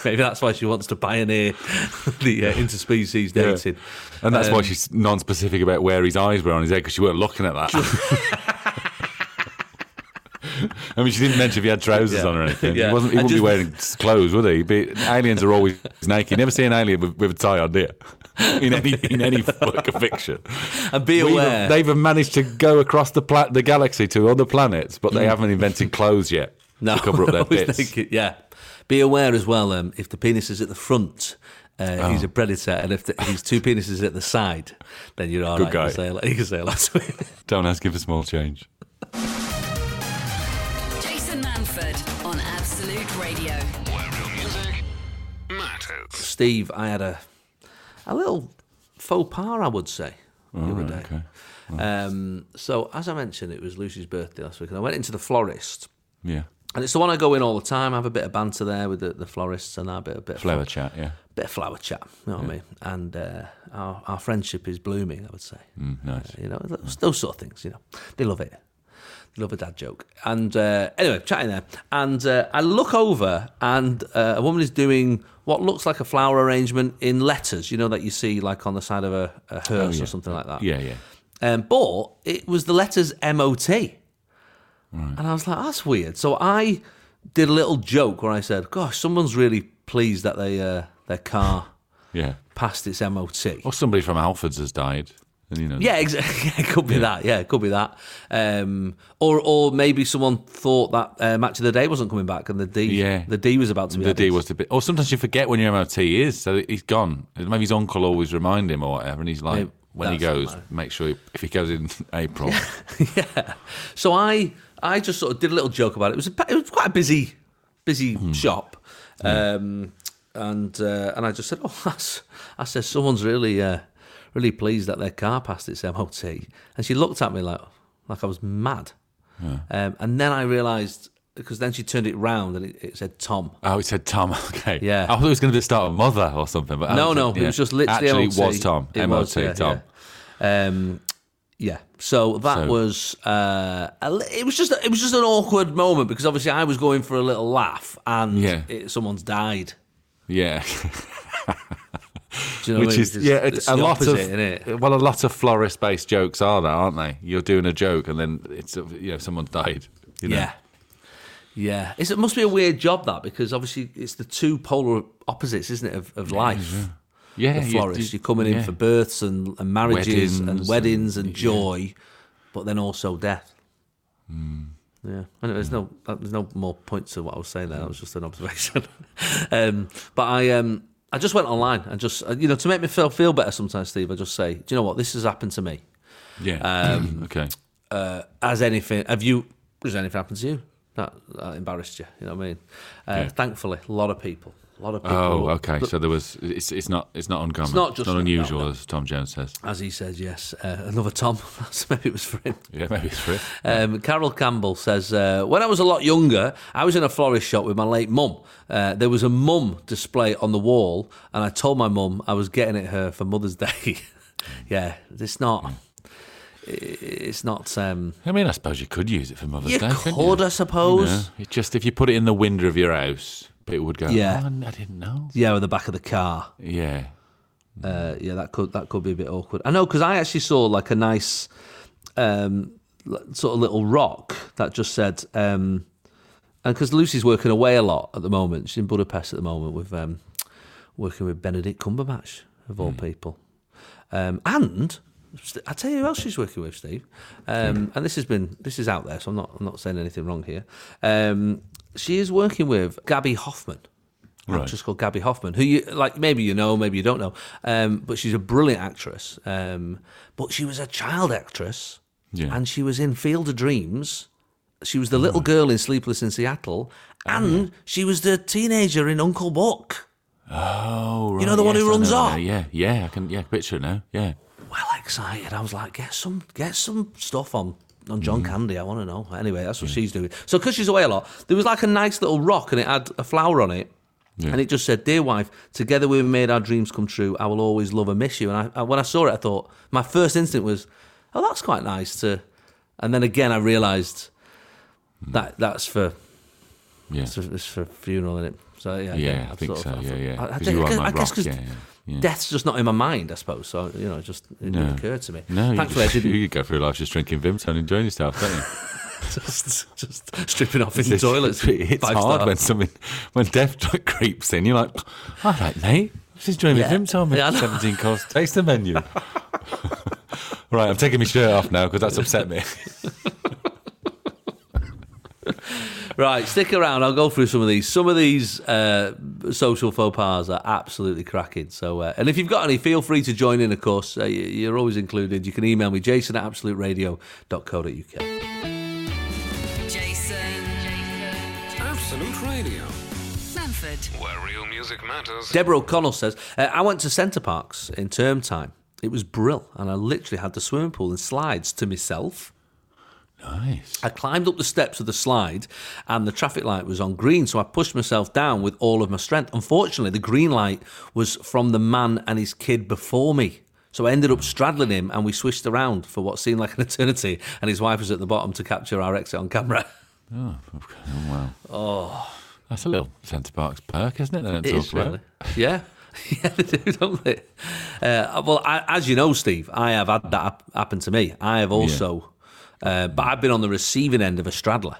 Speaker 3: maybe that's why she wants to pioneer the uh, interspecies
Speaker 4: Yeah.
Speaker 3: dating.
Speaker 4: And that's why
Speaker 3: Um,
Speaker 4: she's non-specific about where his eyes were on his head because she weren't looking at that. I mean, she didn't mention if he had trousers
Speaker 3: Yeah.
Speaker 4: on or anything.
Speaker 3: Yeah.
Speaker 4: He wasn't. He
Speaker 3: I
Speaker 4: wouldn't
Speaker 3: just-
Speaker 4: be wearing clothes, would he? But aliens are always naked. You never see an alien with, with a tie on, do you? In any in any work of fiction.
Speaker 3: And be
Speaker 4: We've-
Speaker 3: aware.
Speaker 4: they've managed to go across the pla- the galaxy to other planets, but they
Speaker 3: Mm.
Speaker 4: haven't invented clothes yet to cover up their
Speaker 3: always
Speaker 4: bits.
Speaker 3: naked, yeah. Be aware as well, um, if the penis is at the front, uh, he's
Speaker 4: Oh.
Speaker 3: a predator, and if the, his two penises at the side, then you're all right.
Speaker 4: Good guy.
Speaker 3: You can say, hello- you can say hello to him.
Speaker 4: Don't ask him for small change.
Speaker 1: Jason Manford on Absolute Radio.
Speaker 2: Where real music matters.
Speaker 3: Steve, I had a a little faux pas, I would say, the other day.
Speaker 4: Okay.
Speaker 3: Um, so, as I mentioned, it was Lucy's birthday last week, and I went into the florist,
Speaker 4: Yeah.
Speaker 3: and it's the one I go in all the time. have a bit of banter there with the, the florists and that bit, a bit of
Speaker 4: Flower chat. Yeah.
Speaker 3: bit of flower chat. You know what I mean? And uh, our, our friendship is blooming. I would say.
Speaker 4: Mm, nice.
Speaker 3: You know, those, those sort of things. You know, they love it. They love a dad joke. And uh, anyway, chatting there, and uh, I look over, and uh, a woman is doing what looks like a flower arrangement in letters. You know that you see like on the side of a, a hearse
Speaker 4: Oh, yeah.
Speaker 3: or something like that.
Speaker 4: Yeah. Yeah.
Speaker 3: Um, but it was the letters MOT. And I was like, that's weird. So I did a little joke where I said, gosh, someone's really pleased that they, uh, their car
Speaker 4: Yeah.
Speaker 3: passed its MOT.
Speaker 4: Or somebody from Alfred's has died. And, you know,
Speaker 3: Yeah, exactly. it could be that. Yeah, it could be that. Um, or or maybe someone thought that uh, match of the day wasn't coming back, and the D,
Speaker 4: Yeah.
Speaker 3: the D was about to be.
Speaker 4: The
Speaker 3: added.
Speaker 4: D was the bit. Or sometimes you forget when your MOT is. So he's gone. Maybe his uncle always remind him or whatever. And he's like,
Speaker 3: Maybe-
Speaker 4: when he
Speaker 3: that's
Speaker 4: goes, make sure he, if he goes in April.
Speaker 3: yeah. So I I just sort of did a little joke about it. It was a, it was quite a busy busy shop, um, and uh, and I just said, oh, that's, I said someone's really uh, really pleased that their car passed its MOT, and she looked at me like like I was mad, um, and then I realised because then she turned it round and it, it said Tom.
Speaker 4: oh, it said Tom. Okay.
Speaker 3: Yeah.
Speaker 4: I thought it was going to be the start of Mother or something. But
Speaker 3: No,
Speaker 4: Alfred-
Speaker 3: no,
Speaker 4: yeah.
Speaker 3: it was just literally
Speaker 4: Actually,
Speaker 3: MOT.
Speaker 4: it was Tom.
Speaker 3: It
Speaker 4: MOT,
Speaker 3: was, yeah,
Speaker 4: Tom.
Speaker 3: Yeah. Um, yeah. So that
Speaker 4: So-
Speaker 3: was uh, a li- it was just it was just an awkward moment because obviously I was going for a little laugh and
Speaker 4: Yeah.
Speaker 3: it, someone's died.
Speaker 4: Yeah.
Speaker 3: Do you know what I
Speaker 4: Which
Speaker 3: mean?
Speaker 4: is
Speaker 3: It's-
Speaker 4: yeah, it's,
Speaker 3: it's
Speaker 4: a
Speaker 3: the
Speaker 4: lot
Speaker 3: opposite,
Speaker 4: of
Speaker 3: innit?
Speaker 4: well, a lot of florist-based jokes are that, aren't they? You're doing a joke, and then it's uh, you know someone died. You know?
Speaker 3: Yeah. Yeah, it's, it must be a weird job that because obviously it's the two polar opposites, isn't it, of, of life?
Speaker 4: yeah.
Speaker 3: The
Speaker 4: you-
Speaker 3: florist,
Speaker 4: you-
Speaker 3: you're coming in
Speaker 4: yeah.
Speaker 3: for births and, and marriages and
Speaker 4: Weddings
Speaker 3: weddings and, joy, but then also death.
Speaker 4: Hmm.
Speaker 3: Yeah, anyway, there's no there's no more point to what I was saying there. That was just an observation. um, but I um I just went online and just uh, you know to make me feel feel better sometimes, Steve. I just say, do you know what? This has happened to me.
Speaker 4: Yeah.
Speaker 3: um,
Speaker 4: okay.
Speaker 3: Uh, has anything? Have you? Has anything happened to you? That, that embarrassed you. You know what I mean? Uh,
Speaker 4: Yeah.
Speaker 3: Thankfully, a lot of people. A lot of people.
Speaker 4: Oh, okay. So there was. It's it's not it's not uncommon.
Speaker 3: It's not just- no,
Speaker 4: unusual,
Speaker 3: no.
Speaker 4: as Tom Jones says.
Speaker 3: As he says, yes, uh, another Tom. So Maybe it was for him.
Speaker 4: Yeah, maybe it's real.
Speaker 3: Um, Carol Campbell says, uh, When I was a lot younger, I was in a florist shop with my late mum. Uh, there was a mum display on the wall, and I told my mum I was getting it her for Mother's Day. yeah, it's not. i- It's not. Um,
Speaker 4: I mean, I suppose you could use it for Mother's
Speaker 3: you
Speaker 4: Day. couldn't
Speaker 3: could, I
Speaker 4: You
Speaker 3: suppose.
Speaker 4: know, it's just if you put it in the window of your house, people would go.
Speaker 3: Yeah.
Speaker 4: Yeah, I didn't know.
Speaker 3: Yeah, with the back of the car.
Speaker 4: Yeah.
Speaker 3: Uh, yeah, that could that could be a bit awkward. I know because I actually saw like a nice um, l- sort of little rock that just said, um, and because Lucy's working away a lot at the moment, she's in Budapest at the moment with um, working with Benedict Cumberbatch of all people, um, and St- I tell you who else she's working with, Steve. Um, and this has been this is out there, so I'm not I'm not saying anything wrong here. Um, she is working with Gabby Hoffman.
Speaker 4: Right.
Speaker 3: Actress called Gabby Hoffman, who you like, maybe you know, maybe you don't know, um, but she's a brilliant actress. Um, but she was a child actress,
Speaker 4: Yeah. Oh.
Speaker 3: and she was in Field of Dreams. She was the little girl in Sleepless in Seattle, and she was the teenager in Uncle Buck.
Speaker 4: Oh, right.
Speaker 3: know the one
Speaker 4: yes,
Speaker 3: who
Speaker 4: I
Speaker 3: runs
Speaker 4: know
Speaker 3: off?
Speaker 4: that now. Yeah, yeah. I can. Yeah, picture it now. Yeah.
Speaker 3: Well excited, I was like, get some, get some stuff on on John
Speaker 4: Mm.
Speaker 3: Candy. I want to know. Anyway, that's what she's doing. So because she's away a lot, there was like a nice little rock, and it had a flower on it.
Speaker 4: Yeah.
Speaker 3: And it just said, "Dear wife, together we made our dreams come true. I will always love and miss you." And I, I, when I saw it, I thought my first instinct was, "Oh, that's quite nice." To, and then again, I realised
Speaker 4: Hmm.
Speaker 3: that that's for
Speaker 4: Yeah.
Speaker 3: it's for, it's for funeral, is it? So yeah,
Speaker 4: yeah,
Speaker 3: again,
Speaker 4: I think
Speaker 3: sort
Speaker 4: so.
Speaker 3: of-
Speaker 4: Yeah, yeah.
Speaker 3: I, I,
Speaker 4: 'Cause
Speaker 3: think-
Speaker 4: you
Speaker 3: I
Speaker 4: are
Speaker 3: guess-
Speaker 4: my
Speaker 3: I guess
Speaker 4: rock,
Speaker 3: because
Speaker 4: yeah, yeah, yeah.
Speaker 3: death's just not in my mind, I suppose. So you know, it just it
Speaker 4: No.
Speaker 3: didn't occur to me.
Speaker 4: No, you,
Speaker 3: thankfully,
Speaker 4: just,
Speaker 3: I didn't.
Speaker 4: you go through life just drinking Vimto and enjoying yourself, don't you?
Speaker 3: just, just stripping off in
Speaker 4: It's-
Speaker 3: toilets.
Speaker 4: It's, it's
Speaker 3: Five
Speaker 4: hard
Speaker 3: star.
Speaker 4: when something when death creeps in. You're like, all right, mate. I'm just enjoying
Speaker 3: Yeah.
Speaker 4: my Vimto. I'm
Speaker 3: Yeah, I
Speaker 4: at
Speaker 3: know.
Speaker 4: 17 course. Taste the menu. right, I'm taking my shirt off now because that's upset me.
Speaker 3: Right, stick around. I'll go through some of these. Some of these uh, social faux pas are absolutely cracking. So, uh, and if you've got any, feel free to join in. Of course, uh, y- you're always included. You can email me Jason at absoluteradio.co.uk.
Speaker 1: Jason. Jason.
Speaker 2: Absolute Radio,
Speaker 1: Manford.
Speaker 2: where real music matters.
Speaker 3: Deborah O'Connell says, uh, I went to Centre Parks in term time. It was brill, and I literally had the swimming pool and slides to myself.
Speaker 4: Nice.
Speaker 3: I climbed up the steps of the slide, and the traffic light was on green, so I pushed myself down with all of my strength. Unfortunately, the green light was from the man and his kid before me. So I ended up straddling him, and we swished around for what seemed like an eternity. And his wife was at the bottom to capture our exit on camera.
Speaker 4: Oh, okay. Oh, wow. Oh. That's a little Centre Parks perk, isn't it? They don't
Speaker 3: It
Speaker 4: talk
Speaker 3: is,
Speaker 4: about
Speaker 3: really. Yeah. yeah, they do, don't they? Uh, well, I, as you know, Steve, I have had that hap- happen to me. I have also, uh, but I've been on the receiving end of a straddler.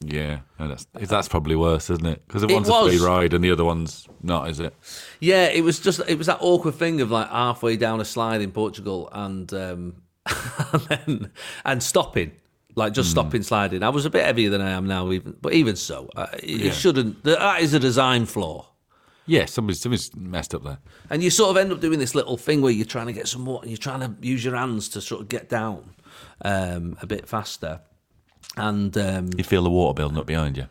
Speaker 4: Yeah, no, that's that's probably worse, isn't it? Because
Speaker 3: It
Speaker 4: one's
Speaker 3: was.
Speaker 4: a free ride and the other one's not, is it?
Speaker 3: Yeah, it was just it was that awkward thing of like halfway down a slide in Portugal and um, and, then, and stopping. Like just stopping sliding. I was a bit heavier than I am now, even but even so, uh, it, it shouldn't. That is a design flaw.
Speaker 4: Yeah, somebody's somebody's messed up there.
Speaker 3: And you sort of end up doing this little thing where you're trying to get some water, you're trying to use your hands to sort of get down um, a bit faster. And um,
Speaker 4: You feel the water building up behind you.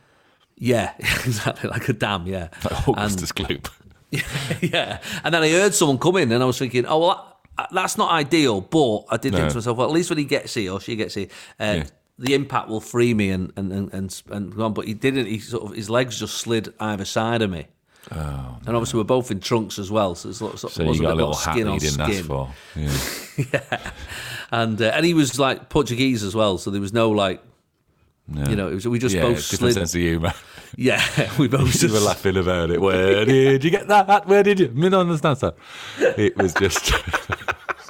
Speaker 3: yeah, exactly, like a dam, yeah.
Speaker 4: Like Augustus Gloop.
Speaker 3: yeah. And then I heard someone coming and I was thinking, oh, well, that, that's not ideal. But I did think
Speaker 4: No.
Speaker 3: to myself, well, at least when he gets here or she gets here, uh,
Speaker 4: Yeah.
Speaker 3: the impact will free me and, and, and, and, and go on. But he didn't. He sort of, his legs just slid either side of me. Oh, and obviously, we're both in trunks as well, so it's sort of
Speaker 4: So
Speaker 3: was
Speaker 4: you got a
Speaker 3: bit
Speaker 4: little
Speaker 3: more
Speaker 4: hat that
Speaker 3: skin
Speaker 4: you
Speaker 3: on
Speaker 4: didn't
Speaker 3: skin.
Speaker 4: ask for. Yeah.
Speaker 3: and uh, and he was like Portuguese as well, so there was no like, you know, it was we just
Speaker 4: yeah,
Speaker 3: both slid.
Speaker 4: different sense of humour.
Speaker 3: Yeah, we both
Speaker 4: We
Speaker 3: just
Speaker 4: were laughing about it. Where did you get that? Where did you? Me not understand that. It was just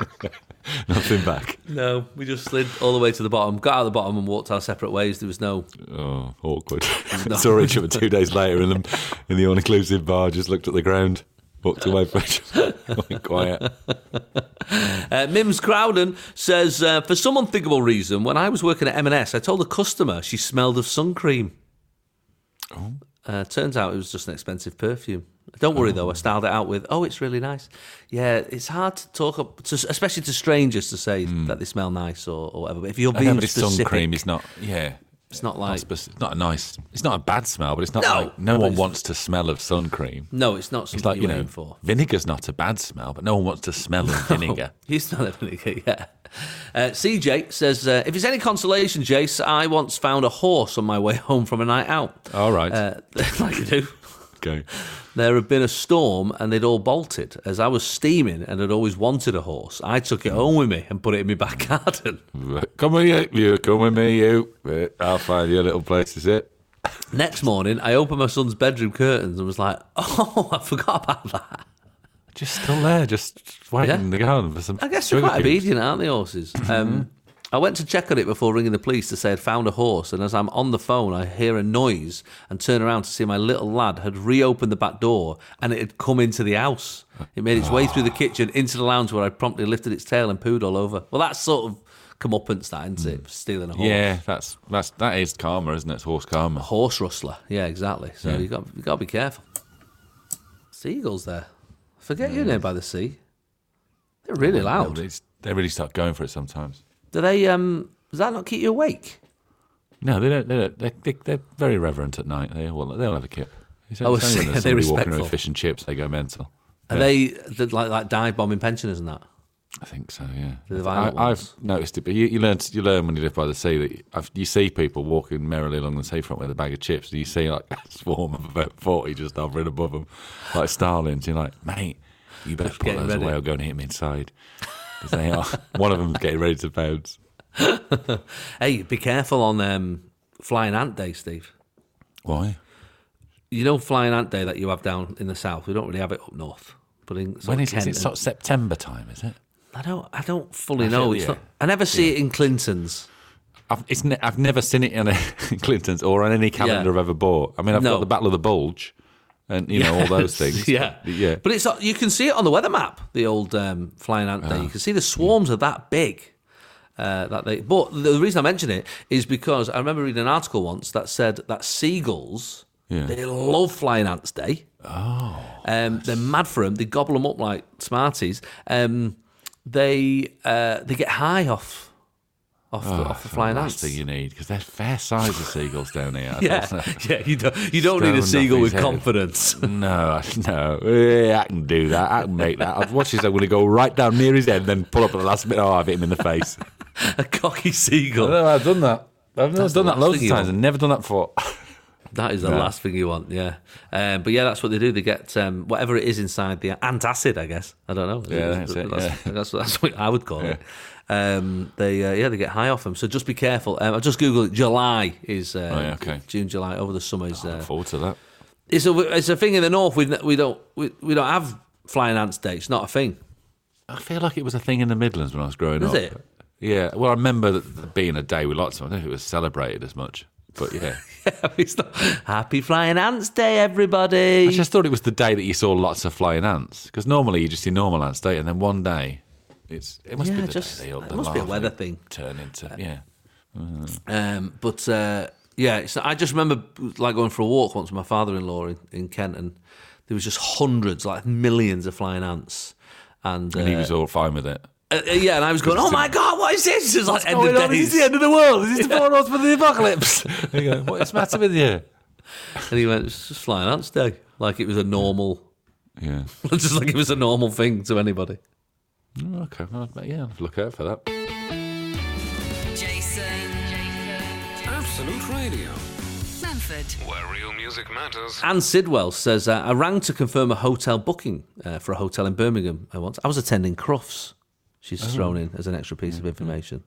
Speaker 4: nothing back.
Speaker 3: no, we just slid all the way to the bottom, got out the bottom and walked our separate ways. There was no
Speaker 4: Oh, awkward. Saw each other two days later in the in the all-inclusive bar. Just looked at the ground, walked away from each other, went quiet.
Speaker 3: Uh, Mims Crowden says, uh, for some unthinkable reason, when I was working at M&S, I told a customer she smelled of sun cream. Oh. Uh, turns out it was just an expensive perfume. Don't worry though, I styled it out with, oh, it's really nice. Yeah, it's hard to talk, up, to, especially to strangers, to say that they smell nice or, or whatever. But if you're
Speaker 4: Hmm. I know,
Speaker 3: being
Speaker 4: but it's
Speaker 3: specific,
Speaker 4: sun cream. It's not. Yeah.
Speaker 3: it's not
Speaker 4: Not
Speaker 3: like
Speaker 4: spec- It's not a nice. It's not a bad smell, but it's not
Speaker 3: No,
Speaker 4: like no
Speaker 3: but
Speaker 4: one
Speaker 3: it's-
Speaker 4: wants to smell of sun cream.
Speaker 3: no, it's not something
Speaker 4: It's like
Speaker 3: you're
Speaker 4: you know,
Speaker 3: aiming for.
Speaker 4: vinegar's not a bad smell, but no one wants to smell of vinegar.
Speaker 3: You smell it, vinegar, yeah. Uh, CJ says, uh, if it's any consolation, Jace, I once found a horse on my way home from a night out.
Speaker 4: All right.
Speaker 3: Uh, like you do.
Speaker 4: Okay.
Speaker 3: There had been a storm and they'd all bolted. As I was steaming and had always wanted a horse, I took it home with me and put it in my back garden.
Speaker 4: Hmm. Come with you, you. Come with me, you. Uh, I'll find you a little place to sit.
Speaker 3: Next morning, I opened my son's bedroom curtains and was like, oh, I forgot about that.
Speaker 4: Just still there, just waiting
Speaker 3: Yeah.
Speaker 4: in the garden for some.
Speaker 3: I guess they're quite obedient, aren't they, horses? Um, I went to check on it before ringing the police to say I'd found a horse, and as I'm on the phone, I hear a noise and turn around to see my little lad had reopened the back door and it had come into the house. It made its way through the kitchen into the lounge where I promptly lifted its tail and pooed all over. Well, that's sort of comeuppance, that isn't it? Stealing a horse.
Speaker 4: Yeah, that's that's that is karma, isn't it? It's horse karma.
Speaker 3: Horse rustler. Yeah, exactly. So you got you got to be careful. Seagulls there. Forget you near by the sea. They're really loud.
Speaker 4: It's- They really start going for it sometimes.
Speaker 3: Do they? Um, does that not keep you awake?
Speaker 4: No, they don't. They don't they, they, they're very reverent at night. They all they'll have a kip. It's
Speaker 3: Oh,
Speaker 4: only
Speaker 3: I see.
Speaker 4: when there's
Speaker 3: They're
Speaker 4: somebody walking around
Speaker 3: respectful.
Speaker 4: with fish and chips. They go mental.
Speaker 3: Are they they're like like dive bombing pensioners and that?
Speaker 4: I think so. Yeah,
Speaker 3: They're the
Speaker 4: I,
Speaker 3: violent
Speaker 4: I've
Speaker 3: ones.
Speaker 4: noticed it, but you, you learn you learn when you live by the sea that I've, you see people walking merrily along the seafront with a bag of chips, and you see like a swarm of about forty just hovering above them, like starlings. You're like, mate, you better put
Speaker 3: getting
Speaker 4: those
Speaker 3: ready.
Speaker 4: away or go and hit them inside because they are. One of them's getting ready to bounce.
Speaker 3: Hey, be careful on um, flying ant day, Steve.
Speaker 4: Why?
Speaker 3: You know flying ant day that you have down in the south. We don't really have it up north, but in sort
Speaker 4: When
Speaker 3: of
Speaker 4: is it? Is
Speaker 3: Kent
Speaker 4: it
Speaker 3: and-
Speaker 4: sort of September time? Is it?
Speaker 3: I don't I don't fully
Speaker 4: I
Speaker 3: know.
Speaker 4: feel
Speaker 3: It's
Speaker 4: you.
Speaker 3: not, I never see it in Clinton's.
Speaker 4: I've, it's ne- I've never seen it in a Clinton's or on any calendar I've ever bought. I mean, I've
Speaker 3: No.
Speaker 4: got the Battle of the Bulge, and you know all those things.
Speaker 3: yeah,
Speaker 4: yeah.
Speaker 3: But it's not- you can see it on the weather map. The old um, flying ant
Speaker 4: Ah.
Speaker 3: day. You can see the swarms are that big. Uh, that they, but the reason I mention it is because I remember reading an article once that said that seagulls
Speaker 4: Yeah.
Speaker 3: they love flying ants day. Oh, um, they're mad for them. They gobble them up like smarties. Um, they uh, they get high off off, the, off the flying
Speaker 4: Ah, last
Speaker 3: ants.
Speaker 4: thing you need because they're fair size of seagulls down here. I
Speaker 3: Yeah,
Speaker 4: don't know.
Speaker 3: yeah. You don't you don't need a
Speaker 4: Stoned off
Speaker 3: seagull
Speaker 4: his
Speaker 3: with
Speaker 4: head.
Speaker 3: confidence.
Speaker 4: No, I- no, Eh, I can do that. I can make that. I've watched this. I'm going to go right down near his head, then pull up at the last minute. Oh, I've hit him in the face.
Speaker 3: a cocky seagull.
Speaker 4: no, I've done that. I've
Speaker 3: the
Speaker 4: done
Speaker 3: last
Speaker 4: that loads
Speaker 3: thing
Speaker 4: of
Speaker 3: you
Speaker 4: times.
Speaker 3: want.
Speaker 4: I've never done that before.
Speaker 3: That is the last thing you want, yeah. Um, but yeah, that's what they do. They get um, whatever it is inside the antacid, I guess. I don't know.
Speaker 4: Yeah, that's it, yeah.
Speaker 3: That's, that's what I would call it. Um, they uh, yeah, they get high off them. So just be careful. Um, I just googled it. July is uh,
Speaker 4: Oh, yeah, okay. Oh,
Speaker 3: June, July over the summer is uh,
Speaker 4: Look forward to that.
Speaker 3: it's a it's a thing in the north. We we don't we, we don't have flying ants day. It's not a thing.
Speaker 4: I feel like it was a thing in the Midlands when I was growing
Speaker 3: Is
Speaker 4: up.
Speaker 3: it?
Speaker 4: Yeah. Well, I remember that there being a day with lots of. I don't know if it was celebrated as much, but yeah.
Speaker 3: it's not happy flying ants day, everybody.
Speaker 4: I just thought it was the day that you saw lots of flying ants because normally you just see normal ants, don't you? And then one day, it's it must
Speaker 3: Yeah,
Speaker 4: be the
Speaker 3: just-
Speaker 4: day they,
Speaker 3: it
Speaker 4: the
Speaker 3: must be a
Speaker 4: larvae
Speaker 3: weather thing. Uh,
Speaker 4: Turn into yeah.
Speaker 3: Um, but uh, yeah, it's, I just remember like going for a walk once with my father-in-law in, in Kent, and there was just hundreds, like millions of flying ants. And, uh,
Speaker 4: And he was all fine with it.
Speaker 3: uh, uh, yeah, and I was going, oh my god, what is this? It's like end of days.
Speaker 4: of the world. Is this the four horsemen of the apocalypse? you go, what's the matter with you?
Speaker 3: And he went, it's just flying ants day, like it was a normal,
Speaker 4: Yeah.
Speaker 3: just like it was a normal thing to anybody.
Speaker 4: Oh, okay. Well, yeah. I'll look out for that.
Speaker 1: Jason. Jason.
Speaker 2: Absolute Radio,
Speaker 1: Manford.
Speaker 2: where real music matters.
Speaker 3: Anne Sidwell says, uh, I rang to confirm a hotel booking uh, for a hotel in Birmingham I once. I was attending Crofts, she's thrown in as an extra piece of information.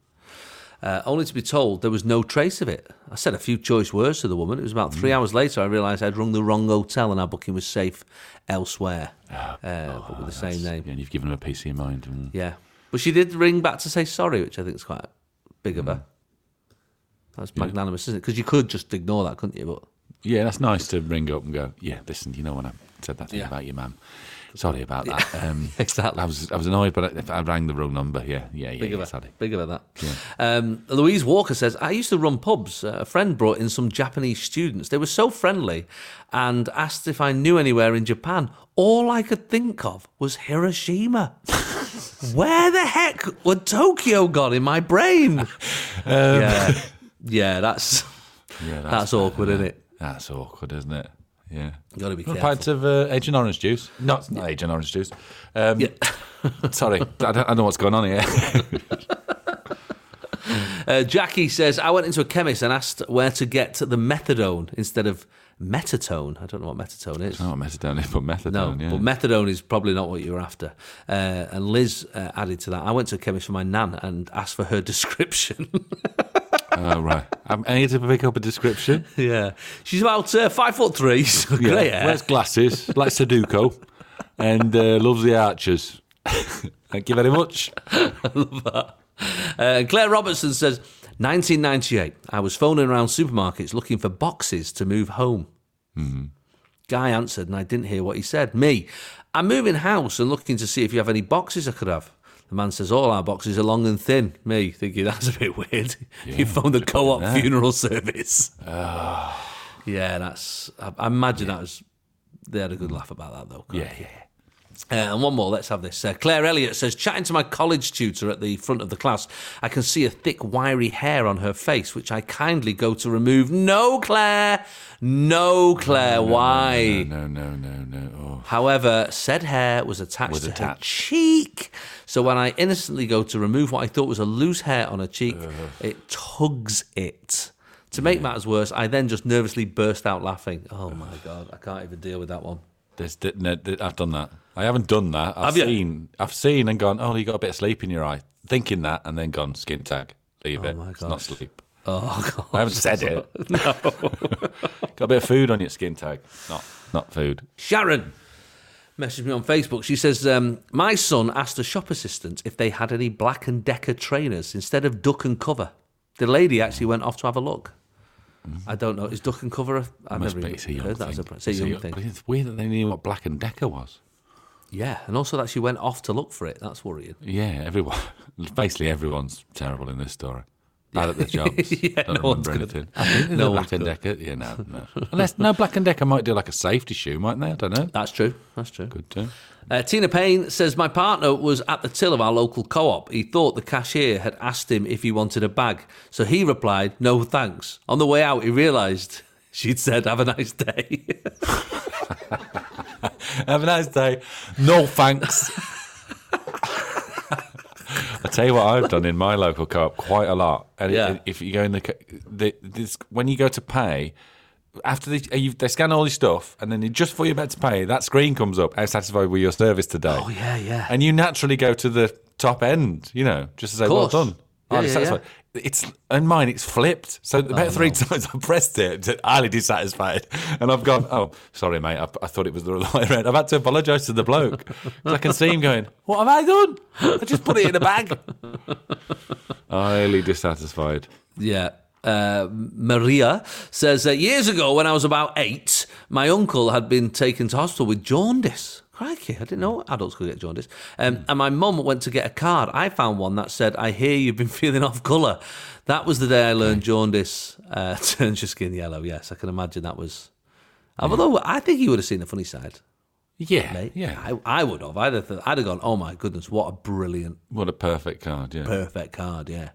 Speaker 3: Uh, only to be told there was no trace of it. I said a few choice words to the woman. It was about three hours later I realised I'd rung the wrong hotel and our booking was safe elsewhere, uh, but with the same name.
Speaker 4: Yeah, and you've given him a piece of your mind. And
Speaker 3: Yeah. But she did ring back to say sorry, which I think is quite big of her. That's magnanimous, isn't it? Because you could just ignore that, couldn't you? But
Speaker 4: yeah, that's nice to ring up and go. Yeah, listen. You know when I said that thing
Speaker 3: Yeah.
Speaker 4: about your mum. Sorry about that. Um,
Speaker 3: Exactly.
Speaker 4: I was I was annoyed, but I, I rang the wrong number. Yeah, yeah, yeah.
Speaker 3: Big
Speaker 4: yeah
Speaker 3: of that.
Speaker 4: sorry.
Speaker 3: Big of that. Um, Louise Walker says, I used to run pubs. Uh, A friend brought in some Japanese students. They were so friendly and asked if I knew anywhere in Japan. All I could think of was Hiroshima. Where the heck would Tokyo gone in my brain?
Speaker 4: Um,
Speaker 3: yeah. Yeah, that's
Speaker 4: Yeah,
Speaker 3: That's awkward,
Speaker 4: bad,
Speaker 3: isn't it?
Speaker 4: That's awkward, isn't it? Yeah.
Speaker 3: Gotta be
Speaker 4: Want A pint of uh, Agent Orange juice. Not, not Agent Orange juice. Um,
Speaker 3: Yeah.
Speaker 4: sorry, I don't, I don't know what's going on here.
Speaker 3: Uh, Jackie says, I went into a chemist and asked where to get the methadone instead of metatone. I don't know what metatone is.
Speaker 4: not Oh, methadone, but methadone.
Speaker 3: No,
Speaker 4: yeah.
Speaker 3: but methadone is probably not what you're after. Uh, and Liz uh, added to that. I went to a chemist for my nan and asked for her description.
Speaker 4: oh, right. I'm, I need to pick up a description.
Speaker 3: yeah, she's about uh, five foot three, so
Speaker 4: Yeah.
Speaker 3: grey hair.
Speaker 4: Wears glasses, likes Sudoku, and uh, loves the Archers. Thank you very much.
Speaker 3: Love that. Uh, Claire Robertson says, 1998. I was phoning around supermarkets looking for boxes to move home. Guy answered, and I didn't hear what he said. Me, I'm moving house and looking to see if you have any boxes I could have. The man says, All our boxes are long and thin. Me thinking that's a bit weird. you phoned the co op funeral service. Yeah, that's. I, I imagine that was. They had a good laugh about that, though. can't
Speaker 4: Yeah, yeah.
Speaker 3: uh, and one more, let's have this. Uh, Claire Elliott says, chatting to my college tutor at the front of the class, I can see a thick, wiry hair on her face, which I kindly go to remove. No, Claire! No, Claire, why?
Speaker 4: No, no, no, no. Oh.
Speaker 3: However, said hair was attached
Speaker 4: Was
Speaker 3: to her
Speaker 4: attached.
Speaker 3: cheek. So when I innocently go to remove what I thought was a loose hair on her cheek, it tugs it. To make matters worse, I then just nervously burst out laughing. Oh my God, I can't even deal with that one.
Speaker 4: There's, th- no, th- I've done that. I haven't done that. I've
Speaker 3: Have you?
Speaker 4: seen. I've seen and gone. Oh, you got a bit of sleep in your eye. Thinking that, and then gone skin tag. Leave it.
Speaker 3: Oh my
Speaker 4: It's
Speaker 3: gosh.
Speaker 4: not sleep.
Speaker 3: Oh God.
Speaker 4: I haven't said it. no. got a bit of food on your skin tag. Not, not food.
Speaker 3: Sharon messaged me on Facebook. She says, um, My son asked a shop assistant if they had any Black and Decker trainers instead of duck and cover. The lady actually went off to have a look. I don't know. Is duck and cover? A, I've
Speaker 4: Must
Speaker 3: never
Speaker 4: be. It's a
Speaker 3: even
Speaker 4: young
Speaker 3: heard that.
Speaker 4: thing.
Speaker 3: as a- It's a young thing.
Speaker 4: But it's weird that they knew what Black and Decker was.
Speaker 3: Yeah, and also that she went off to look for it. That's worrying.
Speaker 4: Yeah, everyone. Basically, everyone's terrible in this story. Bad at their jobs.
Speaker 3: Yeah,
Speaker 4: Don't
Speaker 3: no one's
Speaker 4: remember
Speaker 3: good
Speaker 4: anything.
Speaker 3: at- no
Speaker 4: no
Speaker 3: one's
Speaker 4: Black and Decker. Yeah, no, no. Unless no Black and Decker might do like a safety shoe, mightn't they? I don't know.
Speaker 3: That's true. That's true.
Speaker 4: Good too.
Speaker 3: Uh, Tina Payne says, My partner was at the till of our local co op. He thought the cashier had asked him if he wanted a bag. So he replied, No thanks. On the way out, he realised she'd said, Have a nice day.
Speaker 4: Have a nice day. No thanks. I tell you what I've done in my local co-op quite a lot, and
Speaker 3: Yeah.
Speaker 4: if you go in the, co- the this, when you go to pay, after they, you, they scan all your stuff, and then you- just before you're about to pay, that screen comes up. How satisfied with your service today?
Speaker 3: oh, yeah, yeah.
Speaker 4: and you naturally go to the top end, you know, just to say, well
Speaker 3: course.
Speaker 4: done.
Speaker 3: Yeah,
Speaker 4: highly
Speaker 3: yeah,
Speaker 4: satisfied. Oh, It's and mine. It's flipped. So about three times I pressed it, and said highly dissatisfied, and I've gone. Oh, sorry, mate. I, I thought it was the light red. I've had to apologise to the bloke. 'Cause I can see him going. What have I done? I just put it in a bag. highly dissatisfied.
Speaker 3: Yeah. Uh, Maria says that years ago, when I was about eight, my uncle had been taken to hospital with jaundice. Crikey, I didn't know adults could get jaundice. Um, and my mum went to get a card. I found one that said, I hear you've been feeling off colour. That was the day I learned jaundice uh, turns your skin yellow. Yes, I can imagine that was. Although I think you would have seen the funny side.
Speaker 4: Yeah,
Speaker 3: mate.
Speaker 4: yeah.
Speaker 3: I, I would have. I'd have, th- I'd have gone, oh my goodness, what a brilliant
Speaker 4: what a perfect card. Yeah.
Speaker 3: Perfect card, yeah.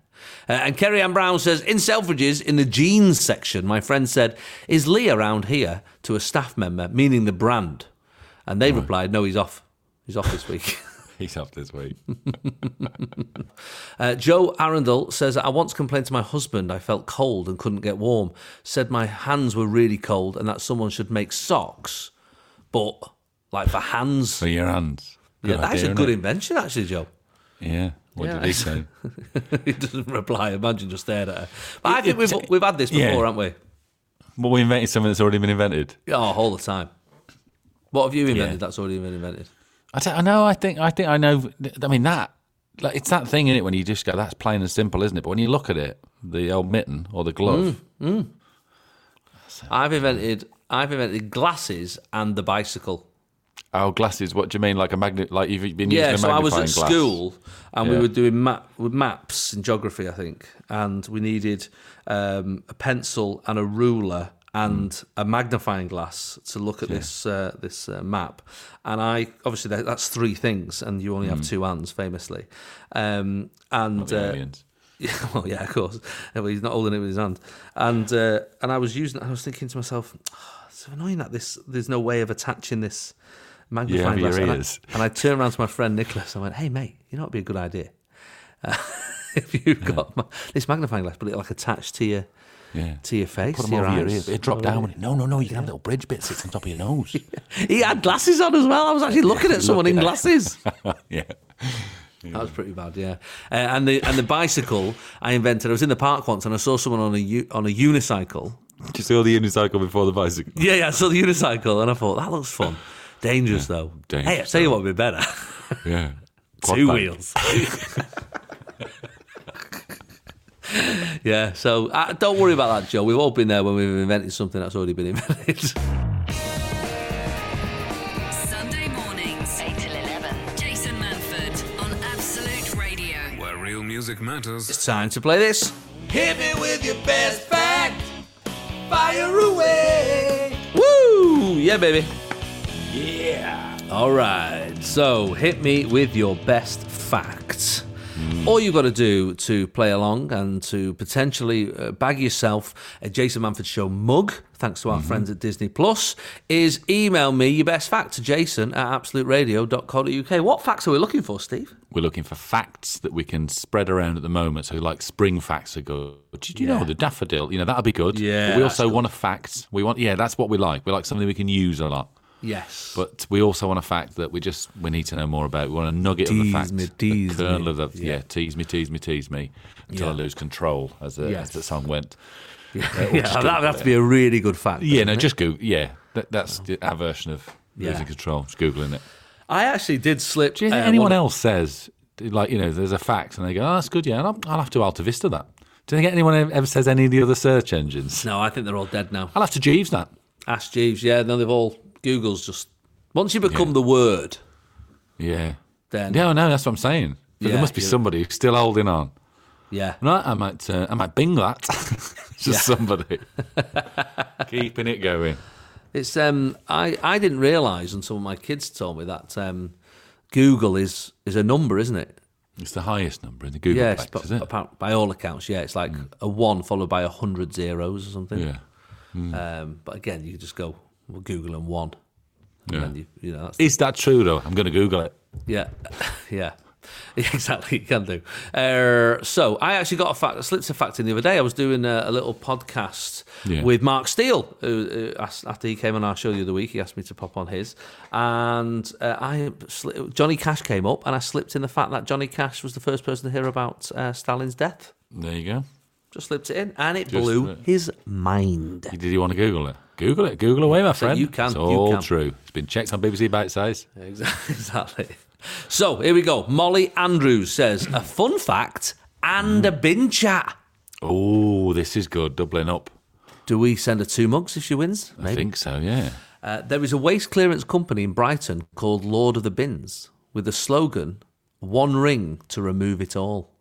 Speaker 3: Uh, and Kerry Ann Brown says in Selfridges, in the jeans section, my friend said, "Is Lee around here?" to a staff member, meaning the brand, and they replied, "No, he's off. He's off this week."
Speaker 4: He's off this week.
Speaker 3: Uh, Joe Arundel says, I once complained to my husband I felt cold and couldn't get warm. Said my hands were really cold and that someone should make socks, but like for hands.
Speaker 4: For your hands.
Speaker 3: Yeah, that's a good
Speaker 4: idea,
Speaker 3: invention, actually, Joe.
Speaker 4: innit? Yeah. What
Speaker 3: Yeah.
Speaker 4: did he say?
Speaker 3: he doesn't reply. Imagine just stared at her. But I think we've, we've had this before,
Speaker 4: yeah.
Speaker 3: haven't we?
Speaker 4: well, we invented something that's already been invented.
Speaker 3: Yeah, Oh, all the time. What have you invented
Speaker 4: Yeah.
Speaker 3: that's already been invented?
Speaker 4: I don't I know. I think. I think I know. I mean that. Like it's that thing in it when you just go. That's plain and simple, isn't it? But when you look at it, the old mitten or the
Speaker 3: Mm.
Speaker 4: glove.
Speaker 3: I've invented I've invented glasses and the bicycle.
Speaker 4: Our glasses. What do you mean? Like a magnet? Like you've been using
Speaker 3: Yeah,
Speaker 4: a
Speaker 3: so I was at
Speaker 4: magnifying glass.
Speaker 3: school and we
Speaker 4: Yeah.
Speaker 3: were doing map with maps and geography, I think, and we needed um, a pencil and a ruler and
Speaker 4: Hmm.
Speaker 3: a magnifying glass to look at this uh, this uh, map. And I obviously that, that's three things, and you only have
Speaker 4: Hmm.
Speaker 3: two hands, famously. Um, and
Speaker 4: The
Speaker 3: uh,
Speaker 4: aliens.
Speaker 3: Yeah, well, yeah, of course. Yeah, well, he's not holding it with his hand, and uh, and I was using. I was thinking to myself, "Oh, it's annoying that this. There's no way of attaching this magnifying
Speaker 4: over
Speaker 3: glass.
Speaker 4: your
Speaker 3: And I-
Speaker 4: ears.
Speaker 3: And I, turned around to my friend Nicholas. I went, "Hey, mate, you know it'd be a good idea Uh, if you've got ma- this magnifying glass, but it like attached to your
Speaker 4: Yeah.
Speaker 3: to your face,
Speaker 4: Put them
Speaker 3: to your
Speaker 4: over your
Speaker 3: eyes."
Speaker 4: ears. It dropped down. When it, no, no, no. You can have little bridge bit sits on top of your nose.
Speaker 3: He had glasses on as well. I was actually looking at someone in
Speaker 4: at-
Speaker 3: glasses.
Speaker 4: yeah.
Speaker 3: That was pretty bad, yeah. Uh, and the and the bicycle I invented. I was in the park once and I saw someone on a u- on a unicycle.
Speaker 4: You saw the unicycle before the bicycle.
Speaker 3: Yeah, yeah, I saw the unicycle and I thought that looks fun. Dangerous though.
Speaker 4: dangerous,
Speaker 3: hey, I tell you what would be better:
Speaker 4: Yeah. Quad
Speaker 3: two
Speaker 4: bike.
Speaker 3: wheels. yeah. So uh, don't worry about that, Joe. We've all been there when we've invented something that's already been invented.
Speaker 1: Sunday mornings, 8 till 11. Jason Manford on Absolute
Speaker 2: Real music matters.
Speaker 3: It's time to play this.
Speaker 5: Hit me with your best fact. Fire away.
Speaker 3: Woo! Yeah, baby.
Speaker 5: Yeah.
Speaker 3: All right. So hit me with your best fact. All you've got to do to play along and to potentially uh, bag yourself a Jason Manford Show mug, thanks to our
Speaker 5: Mm-hmm.
Speaker 3: friends at Disney Plus, is email me your best fact to jason at absoluteradio.co.uk. What facts are we looking for, Steve?
Speaker 4: We're looking for facts that we can spread around at the moment. So, like spring facts are good. Did you
Speaker 3: Yeah.
Speaker 4: know the daffodil? You know that'll be good.
Speaker 3: Yeah,
Speaker 4: But we
Speaker 3: that's
Speaker 4: also want a fact. We want yeah, that's what we like. We like something we can use a lot.
Speaker 3: Yes.
Speaker 4: But we also want a fact that we just we need to know more about. We want a nugget of the
Speaker 3: Tease
Speaker 4: fact,
Speaker 3: me,
Speaker 4: the
Speaker 3: tease
Speaker 4: kernel
Speaker 3: me.
Speaker 4: of the yeah. tease me, tease me, tease me until I
Speaker 3: Yeah.
Speaker 4: lose control, as the,
Speaker 3: Yes.
Speaker 4: as the song went.
Speaker 3: yeah, that
Speaker 4: just
Speaker 3: would
Speaker 4: Google
Speaker 3: have to be a really good fact.
Speaker 4: Yeah,
Speaker 3: wouldn't
Speaker 4: no,
Speaker 3: it? Oh.
Speaker 4: just Google. Yeah, that, that's the- our version of
Speaker 3: Yeah.
Speaker 4: losing control. Just googling it.
Speaker 3: I actually did slip.
Speaker 4: Do you think
Speaker 3: uh,
Speaker 4: anyone
Speaker 3: one-
Speaker 4: else says like you know there's a fact and they go, oh, that's good, yeah, I'll, I'll have to Alta Vista that. Do you think anyone ever says any of the other search engines?
Speaker 3: No, I think they're all dead now.
Speaker 4: I'll have to Jeeves that.
Speaker 3: Ask Jeeves. Yeah, no, they've all. Google's just. Once you become the word,
Speaker 4: Yeah.
Speaker 3: then.
Speaker 4: No, no, that's what I'm saying. But
Speaker 3: Yeah,
Speaker 4: there must be
Speaker 3: you're-
Speaker 4: somebody who's still holding on.
Speaker 3: yeah.
Speaker 4: Right, I might, uh, I might bing that. Just somebody keeping it going.
Speaker 3: It's um, I I didn't realise until my kids told me that um, Google is is a number, isn't it?
Speaker 4: It's the highest number in the Google
Speaker 3: Yes,
Speaker 4: Plex,
Speaker 3: but
Speaker 4: is it?
Speaker 3: apparent- by all accounts, yeah, it's like a one followed by a hundred zeros or something.
Speaker 4: Yeah,
Speaker 3: Um, but again, you could just go well, Google and one, and
Speaker 4: yeah.
Speaker 3: then you you know that's
Speaker 4: Is that true though? I'm going to Google it.
Speaker 3: Yeah, yeah, exactly. You can do. Uh, so I actually got a fact, I slipped a fact in the other day. I was doing a, a little podcast
Speaker 4: Yeah.
Speaker 3: with Mark Steele, who, who asked, after he came on our show the other week, he asked me to pop on his, and uh, I sli- Johnny Cash came up, and I slipped in the fact that Johnny Cash was the first person to hear about uh, Stalin's death.
Speaker 4: There you go.
Speaker 3: Just slipped it in, and it
Speaker 4: Just
Speaker 3: blew
Speaker 4: slipped.
Speaker 3: his mind.
Speaker 4: Did you want to Google it? Google it. Google away, my friend.
Speaker 3: you can,
Speaker 4: It's
Speaker 3: you
Speaker 4: all
Speaker 3: can.
Speaker 4: true. It's been checked on BBC Bite Size.
Speaker 3: Exa- Exactly. So here we go. Molly Andrews says a fun fact and a bin chat.
Speaker 4: Oh, this is good. Doubling up.
Speaker 3: Do we send her two mugs if she wins?
Speaker 4: I think so. Yeah.
Speaker 3: Uh, there is a waste clearance company in Brighton called Lord of the Bins with the slogan "One ring to remove it all."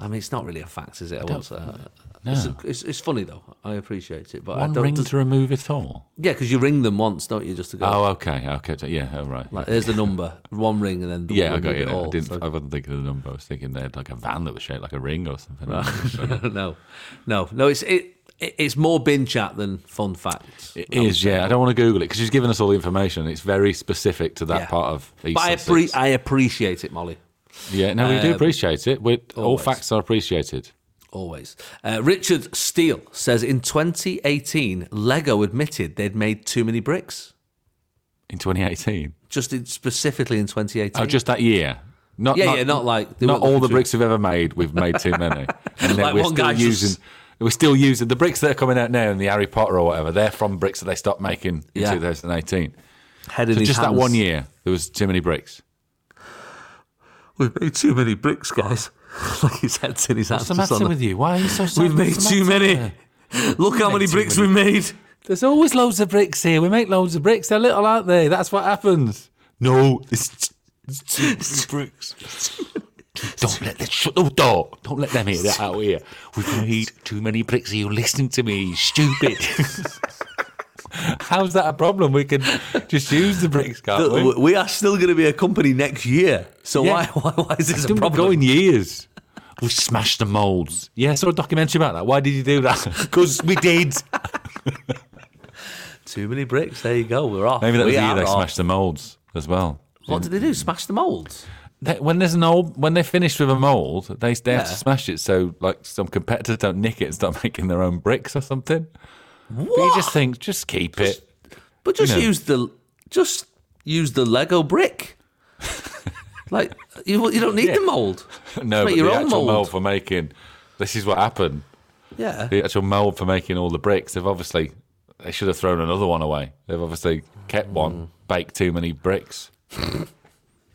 Speaker 3: I mean, it's not really a fact, is it? I won't say that. It's,
Speaker 4: Oh. No.
Speaker 3: it's, it's funny though. I appreciate it, but I
Speaker 4: One
Speaker 3: don't.
Speaker 4: ring
Speaker 3: does-
Speaker 4: to remove it all.
Speaker 3: yeah, because you ring them once, don't you, just to go.
Speaker 4: Oh, okay. Okay. so- Yeah. All right.
Speaker 3: Like, there's the number, one ring, and then
Speaker 4: yeah, I
Speaker 3: remove
Speaker 4: got you.
Speaker 3: it all.
Speaker 4: I didn't.
Speaker 3: So-
Speaker 4: I wasn't thinking of the number. I was thinking they had like a van that was shaped like a ring or something.
Speaker 3: no, no, no. It's it, it. It's more bin chat than fun facts.
Speaker 4: It is, yeah. I don't want to Google it because she's given us all the information. It's very specific to that
Speaker 3: Yeah.
Speaker 4: part of East
Speaker 3: But I,
Speaker 4: Sussex.
Speaker 3: appre- I appreciate it, Molly.
Speaker 4: Yeah, no, we do
Speaker 3: Um,
Speaker 4: appreciate it. We're, all
Speaker 3: always.
Speaker 4: facts are appreciated.
Speaker 3: Always. Uh, Richard Steele says in 2018, Lego admitted they'd made too many bricks.
Speaker 4: In 2018,
Speaker 3: Just in, specifically in 2018.
Speaker 4: oh, just that year. Not,
Speaker 3: Yeah, yeah, not like- they
Speaker 4: not
Speaker 3: were-
Speaker 4: all the bricks we've ever made. We've made too many, and then
Speaker 3: Like
Speaker 4: we're
Speaker 3: one
Speaker 4: still
Speaker 3: guy just-
Speaker 4: using. We're still using the bricks that are coming out now in the Harry Potter or whatever. They're from bricks that they stopped making in
Speaker 3: Yeah.
Speaker 4: 2018.
Speaker 3: head in
Speaker 4: So
Speaker 3: his
Speaker 4: just that
Speaker 3: hands.
Speaker 4: one year, there was too many bricks.
Speaker 3: We've made too many bricks, guys. like his head's in his hands.
Speaker 4: What's the
Speaker 3: just on
Speaker 4: matter
Speaker 3: the-
Speaker 4: with you? Why are you so? sad?
Speaker 3: We've made
Speaker 4: What's the
Speaker 3: too
Speaker 4: matter?
Speaker 3: many. Look how many bricks we made.
Speaker 4: There's always loads of bricks here. We make loads of bricks. They're little, aren't they? That's what happens. No, it's, it's too many bricks. Don't let them shut the door. Don't let them hear that out here. We've made too many bricks. Are you listening to me? Stupid. How's that a problem? We can just use the bricks, can't we?
Speaker 3: Look, Uh, We are still going to be a company next year. So why,
Speaker 4: Yeah.
Speaker 3: why, why is this a
Speaker 4: It's been
Speaker 3: problem?
Speaker 4: going years. We smashed the molds. Yeah, I saw a documentary about that. Why did you do that? Because we did.
Speaker 3: Too many bricks. There you go. We're off.
Speaker 4: Maybe that
Speaker 3: we
Speaker 4: was the year
Speaker 3: are
Speaker 4: they
Speaker 3: off.
Speaker 4: smashed the molds as well.
Speaker 3: What did they do? Smash the molds?
Speaker 4: They, when there's an old, when they're finished with a mold, they they
Speaker 3: Yeah.
Speaker 4: have to smash it so like some competitors don't nick it and start making their own bricks or something. But you just think, just keep it.
Speaker 3: But just
Speaker 4: know.
Speaker 3: use the just use the Lego brick. like you, you don't need the mold.
Speaker 4: No,
Speaker 3: make
Speaker 4: but
Speaker 3: your
Speaker 4: the
Speaker 3: own
Speaker 4: actual
Speaker 3: mould.
Speaker 4: mold. for making this is what happened.
Speaker 3: Yeah.
Speaker 4: The actual mold for making all the bricks. They've obviously they should have thrown another one away. They've obviously kept
Speaker 3: Mm.
Speaker 4: one, baked too many bricks.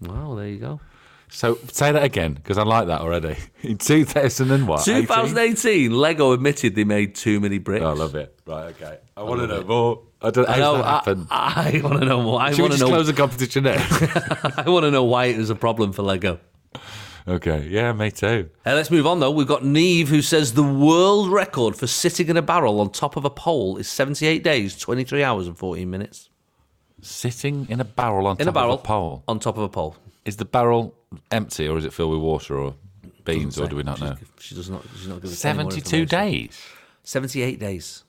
Speaker 3: Wow, there you go.
Speaker 4: So say that again because I like that already. In two thousand and what? 18?
Speaker 3: 2018, Lego admitted they made too many bricks.
Speaker 4: Oh, I love it. Right, okay. I, want to know more. I don't. How
Speaker 3: I
Speaker 4: does
Speaker 3: know.
Speaker 4: that happen?
Speaker 3: I, I want to know more. I
Speaker 4: Should we
Speaker 3: want to
Speaker 4: just
Speaker 3: know.
Speaker 4: close the competition now?
Speaker 3: I want to know why it was a problem for Lego.
Speaker 4: Okay. Yeah, me too.
Speaker 3: Uh, let's move on though. We've got Neve who says the world record for sitting in a barrel on top of a pole is 78 days, 23 hours and 14 minutes.
Speaker 4: Sitting in a barrel on
Speaker 3: In
Speaker 4: top
Speaker 3: a barrel
Speaker 4: of a pole.
Speaker 3: On top of a pole.
Speaker 4: Is the barrel empty or is it filled with water or beans or do we not
Speaker 3: She's-
Speaker 4: know?
Speaker 3: She does not. She's not giving us any more
Speaker 4: 72
Speaker 3: information.
Speaker 4: days.
Speaker 3: 78 days.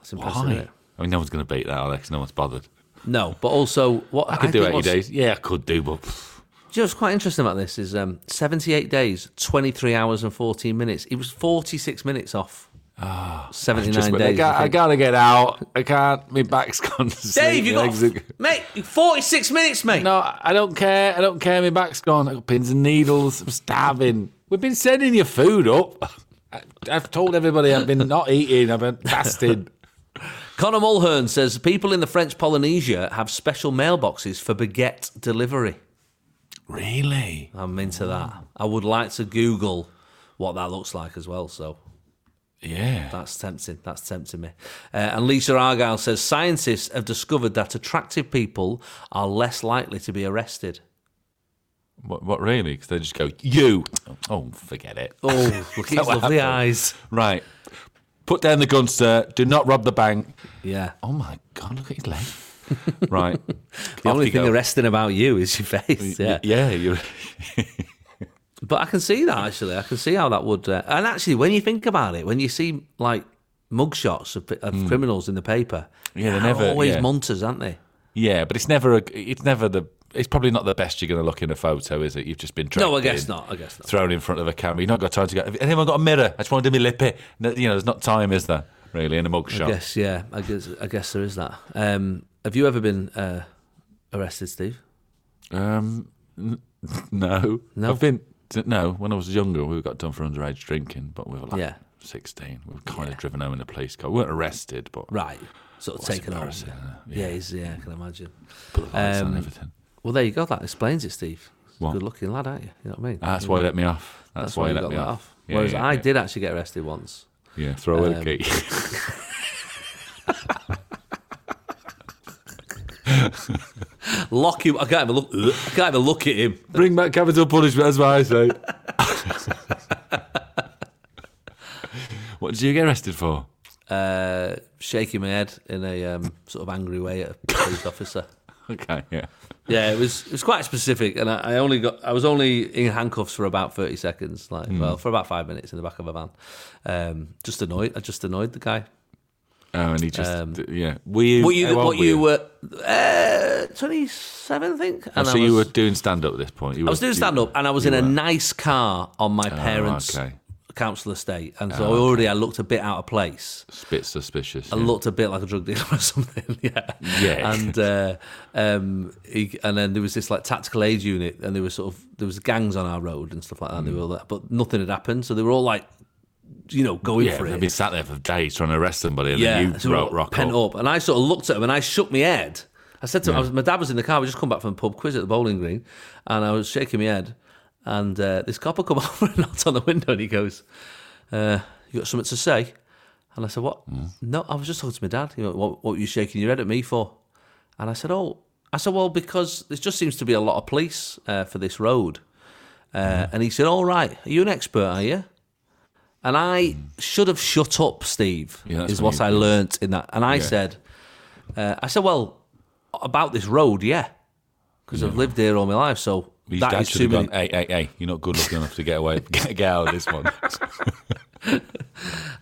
Speaker 3: That's impressive.
Speaker 4: Why?
Speaker 3: isn't it?
Speaker 4: I mean, no one's going to beat that, Alex. No one's bothered.
Speaker 3: No, but also what
Speaker 4: I could do
Speaker 3: think
Speaker 4: 80
Speaker 3: what's-
Speaker 4: days. Yeah, I could do, but pff,
Speaker 3: Do you know what's quite interesting about this is um, 78 days, 23 hours and 14 minutes. It was 46 minutes off. 79
Speaker 4: just went, I,
Speaker 3: days.
Speaker 4: Ah, got,
Speaker 3: I
Speaker 4: I
Speaker 3: think.
Speaker 4: gotta get out. I can't. My back's gone. To sleep.
Speaker 3: Dave, you
Speaker 4: My
Speaker 3: got
Speaker 4: legs are-
Speaker 3: mate, 46 minutes, mate.
Speaker 4: No, I don't care. I don't care. My back's gone. I've got pins and needles. I'm starving. We've been sending your food up. I, I've told everybody I've been not eating. I've been fasting.
Speaker 3: Connor Mulhern says people in the French Polynesia have special mailboxes for baguette delivery.
Speaker 4: really?
Speaker 3: I'm into that. I would like to Google what that looks like as well. So
Speaker 4: Yeah.
Speaker 3: That's tempting. That's tempting me. Uh, and Lisa Argyle says scientists have discovered that attractive people are less likely to be arrested.
Speaker 4: What, what really? Because they just go, you. Oh, forget it.
Speaker 3: Oh, look at his
Speaker 4: what
Speaker 3: lovely
Speaker 4: happened?
Speaker 3: eyes.
Speaker 4: Right. Put down the gun, sir. Do not rob the bank.
Speaker 3: Yeah.
Speaker 4: Oh, my God. Look at his leg. right.
Speaker 3: The only thing
Speaker 4: go.
Speaker 3: arresting about you is your face. Yeah.
Speaker 4: Yeah. Yeah. You're...
Speaker 3: But I can see that actually. I can see how that would. Uh, and actually, when you think about it, when you see like mugshots of, of criminals in the paper,
Speaker 4: Hmm. Yeah, they're
Speaker 3: they're
Speaker 4: never-
Speaker 3: always
Speaker 4: yeah.
Speaker 3: munters, aren't they?
Speaker 4: yeah. But it's never, a, it's never the, it's probably not the best you're going to look in a photo, is it? You've just been dragged
Speaker 3: No, I guess
Speaker 4: in.
Speaker 3: not. I guess not.
Speaker 4: thrown in front of a camera. You've not got time to go. Have anyone got a mirror? I just want to do my lippy. No, you know, there's not time, is there? Really, in a mugshot.
Speaker 3: Yes, yeah. I guess I guess there is that. Um, have you ever been uh, arrested, Steve?
Speaker 4: Um, n- no,
Speaker 3: No?
Speaker 4: I've been t- no. When I was younger, we got done for underage drinking, but we were like
Speaker 3: Yeah.
Speaker 4: sixteen. We were kind of driven home in a police car. We weren't arrested, but
Speaker 3: Right. Sort of taken on.
Speaker 4: embarrassing, isn't it?
Speaker 3: Yeah, he's, yeah, I can imagine.
Speaker 4: put the lights on
Speaker 3: Um,
Speaker 4: and everything.
Speaker 3: Well, there you go. That explains it, Steve.
Speaker 4: What?
Speaker 3: Good looking lad, aren't you? You know what I mean?
Speaker 4: That's why he let me off. That's, why he let
Speaker 3: got
Speaker 4: me
Speaker 3: let
Speaker 4: off. Yeah,
Speaker 3: Whereas
Speaker 4: yeah,
Speaker 3: I Um,
Speaker 4: yeah.
Speaker 3: did actually get arrested once.
Speaker 4: Yeah, throw away the key.
Speaker 3: Lock him. I can't even look. I can't even look at him.
Speaker 4: Bring back capital punishment. That's what I say. what did you get arrested for?
Speaker 3: Uh, shaking my head in a um, sort of angry way at a police officer.
Speaker 4: Okay, yeah.
Speaker 3: Yeah, it was it was quite specific, and I, I only got I was only in handcuffs for about thirty seconds, like
Speaker 4: Hmm.
Speaker 3: well for about five minutes in the back of a van. Um, just annoyed. I just annoyed the guy.
Speaker 4: Oh, and he just d- yeah. Were you?
Speaker 3: Um, What you
Speaker 4: how old
Speaker 3: what you were uh, twenty seven, I think. And
Speaker 4: so
Speaker 3: I
Speaker 4: you were
Speaker 3: was-
Speaker 4: doing stand up at this point. You Oh,
Speaker 3: I was doing stand up and I was in a nice car on my parents'
Speaker 4: okay. Oh,
Speaker 3: council estate. And so already I looked a bit out of place.
Speaker 4: Spit suspicious.
Speaker 3: I
Speaker 4: yeah.
Speaker 3: looked a bit like a drug dealer or something. yeah.
Speaker 4: Yeah.
Speaker 3: And uh, um, he, and then there was this like tactical aid unit and there was sort of there was gangs on our road and stuff like that.
Speaker 4: Mm.
Speaker 3: And they were all that, but nothing had happened. So they were all like, you know, going
Speaker 4: yeah,
Speaker 3: for
Speaker 4: they've
Speaker 3: it.
Speaker 4: been sat there for days trying to arrest somebody, and then you
Speaker 3: so we
Speaker 4: wrote
Speaker 3: were
Speaker 4: rock
Speaker 3: pent
Speaker 4: up.
Speaker 3: up. And I sort of looked at him and I shook my head. I said to him, I was, my dad was in the car. We just come back from a pub quiz at the bowling green, and I was shaking my head. And uh, this copper come over and knocked on the window, and he goes, uh, "You got something to say?" And I said, "What?
Speaker 4: Mm.
Speaker 3: No, I was just talking to my dad. He went, what, what were you shaking your head at me for?" And I said, "Oh, I said, well, because there just seems to be a lot of police uh, for this road." Uh,
Speaker 4: Mm.
Speaker 3: And he said, "All right, are you an expert? Are you?" And I should have shut up, Steve.
Speaker 4: Mm. Yeah, that's
Speaker 3: is
Speaker 4: what
Speaker 3: what
Speaker 4: you
Speaker 3: I learnt in that. And I
Speaker 4: Yeah.
Speaker 3: said, uh, "I said, well, about this road, yeah, because I've lived here all my life, so
Speaker 4: His
Speaker 3: that
Speaker 4: dad
Speaker 3: is
Speaker 4: should
Speaker 3: too
Speaker 4: have
Speaker 3: many."
Speaker 4: gone, eh. hey, hey, hey, you're not good looking enough to get away, get, get out of this one.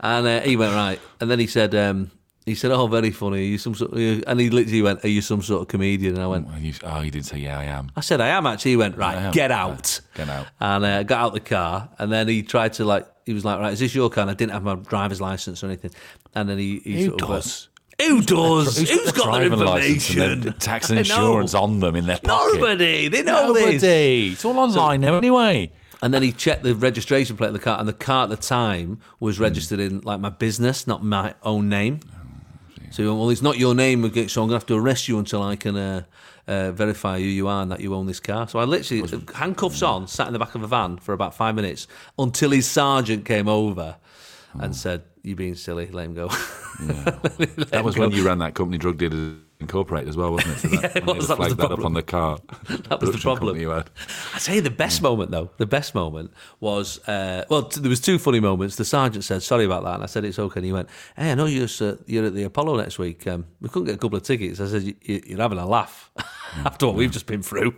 Speaker 3: And uh, he went right, and then he said, um, "He said, oh, very funny. Are you some sort?" Of, and he literally went, "Are you some sort of comedian?" And I went,
Speaker 4: And you- oh, you didn't say, yeah, I am.
Speaker 3: I said, I am actually. He went,
Speaker 4: I
Speaker 3: right,
Speaker 4: am.
Speaker 3: get out.
Speaker 4: Get out.
Speaker 3: And uh, got out the car. And then he tried to, like, he was like, right, is this your car? And I didn't have my driver's license or anything. And then he, he
Speaker 4: Who
Speaker 3: sort of, uh,
Speaker 4: does?
Speaker 3: Who does? Who's,
Speaker 4: Who's
Speaker 3: got their
Speaker 4: driving licence and their
Speaker 3: information?
Speaker 4: Tax
Speaker 3: I
Speaker 4: and
Speaker 3: know.
Speaker 4: insurance on them in their pocket.
Speaker 3: Nobody. They know this.
Speaker 4: Nobody. It's all online now, anyway.
Speaker 3: And then he checked the registration plate of the car. And the car at the time was registered in, like, my business, not my own name. So he went, well, it's not your name, okay, so I'm going to have to arrest you until I can uh, uh, verify who you are and that you own this car. So I literally, uh, handcuffs on, sat in the back of a van for about five minutes until his sergeant came over and said, you're being silly, let him go.
Speaker 4: That was when you ran that company, drug dealers Incorporated as well, wasn't it? So that,
Speaker 3: Yeah, it
Speaker 4: I need
Speaker 3: was.
Speaker 4: to
Speaker 3: That was
Speaker 4: flag
Speaker 3: the
Speaker 4: that up
Speaker 3: problem.
Speaker 4: on the car.
Speaker 3: That was the
Speaker 4: Production
Speaker 3: problem.
Speaker 4: company you had.
Speaker 3: I tell you, the best moment though, the best moment was uh, well, t- there was two funny moments. The sergeant said, "Sorry about that," and I said, "It's okay." And he went, "Hey, I know you're s- uh, you're at the Apollo next week. Um, we couldn't get a couple of tickets." I said, "You- you- "You're having a laugh after what we've just been through."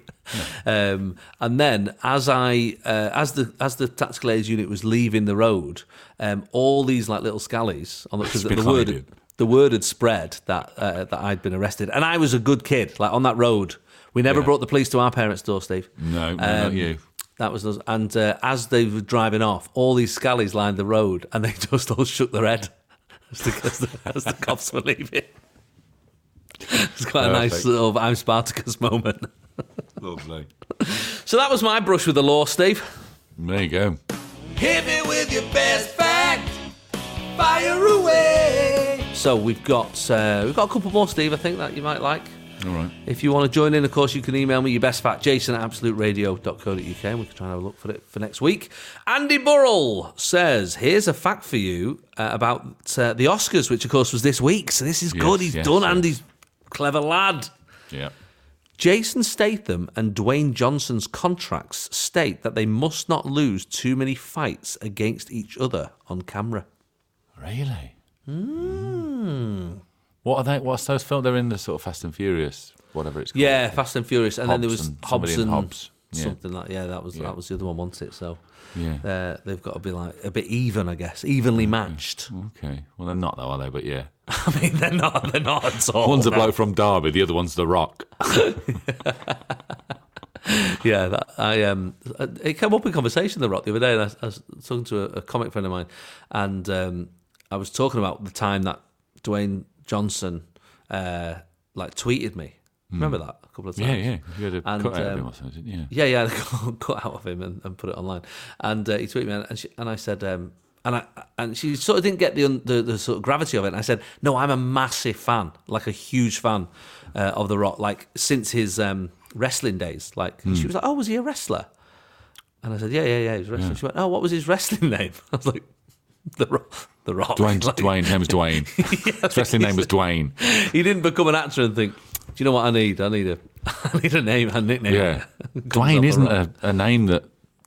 Speaker 3: Um, and then, as I uh, as the as the tactical aids unit was leaving the road, um, all these like little scallies on the, 'cause the
Speaker 4: been
Speaker 3: word
Speaker 4: hiding.
Speaker 3: the word had spread that uh, that I'd been arrested, and I was a good kid. Like on that road, we never
Speaker 4: Yeah.
Speaker 3: brought the police to our parents' door, Steve.
Speaker 4: No, no, not you.
Speaker 3: Um, That was us. And uh, as they were driving off, all these scallies lined the road, and they just all shook their head as the, as the, as the cops were leaving. It's quite a nice
Speaker 4: Perfect.
Speaker 3: sort of I'm Spartacus moment.
Speaker 4: Lovely.
Speaker 3: So that was my brush with the law, Steve.
Speaker 4: There you go.
Speaker 5: Hit me with your best fact. Fire away.
Speaker 3: So we've got uh, we've got a couple more, Steve. I think that you might like.
Speaker 4: All right.
Speaker 3: If you want to join in, of course, you can email me your best fact, jason at absoluteradio.co.uk, and we can try and have a look for it for next week. Andy Burrell says, Here's a fact for you uh, about uh, the Oscars, which, of course, was this week. So this is
Speaker 4: Yes,
Speaker 3: good. He's
Speaker 4: yes,
Speaker 3: done,
Speaker 4: yes.
Speaker 3: Andy's clever lad.
Speaker 4: Yeah.
Speaker 3: Jason Statham and Dwayne Johnson's contracts state that they must not lose too many fights against each other on camera.
Speaker 4: Really?
Speaker 3: Hmm.
Speaker 4: What are they? What's those films? They're in the sort of Fast and Furious, whatever it's called.
Speaker 3: Yeah, Fast and Furious, and then there was
Speaker 4: Hobbs and- somebody
Speaker 3: Hobbs
Speaker 4: in
Speaker 3: and
Speaker 4: Hobbs. Yeah.
Speaker 3: something like yeah, that was
Speaker 4: Yeah.
Speaker 3: that was the other one, wasn't it? So
Speaker 4: Yeah.
Speaker 3: uh, they've got to be like a bit even, I guess,
Speaker 4: Mm-hmm.
Speaker 3: evenly matched.
Speaker 4: Okay. Well, they're not though, are they? But yeah.
Speaker 3: I mean, they're not, they're not at all.
Speaker 4: One's a bloke from Derby, the other one's The Rock.
Speaker 3: yeah, that, I um, it came up in conversation the Rock the other day, and I, I was talking to a, a comic friend of mine, and um, I was talking about the time that Dwayne Johnson uh, like tweeted me. Remember that a couple of times?
Speaker 4: Hmm. Yeah, yeah. You had a
Speaker 3: And,
Speaker 4: cut out of him
Speaker 3: um,
Speaker 4: or something, didn't you?
Speaker 3: Yeah, yeah, cut out of him and, and put it online. And uh, he tweeted me, and, and, she, and I said, um, and I and she sort of didn't get the, un, the the sort of gravity of it. And I said, no, I'm a massive fan, like a huge fan uh, of The Rock, like since his um, wrestling days. Like
Speaker 4: Hmm.
Speaker 3: she was like, oh, was he a wrestler? And I said, yeah, yeah, yeah, he was a wrestler. She went, oh, what was his wrestling name? I was like, The Rock. The Rock.
Speaker 4: Dwayne,
Speaker 3: Like,
Speaker 4: Dwayne, his name's Dwayne. His wrestling name was Dwayne.
Speaker 3: He didn't become an actor and think, do you know what I need? I need a, I need a name, a nickname.
Speaker 4: Yeah.
Speaker 3: up
Speaker 4: Dwayne
Speaker 3: The
Speaker 4: isn't
Speaker 3: Rock.
Speaker 4: a, a name that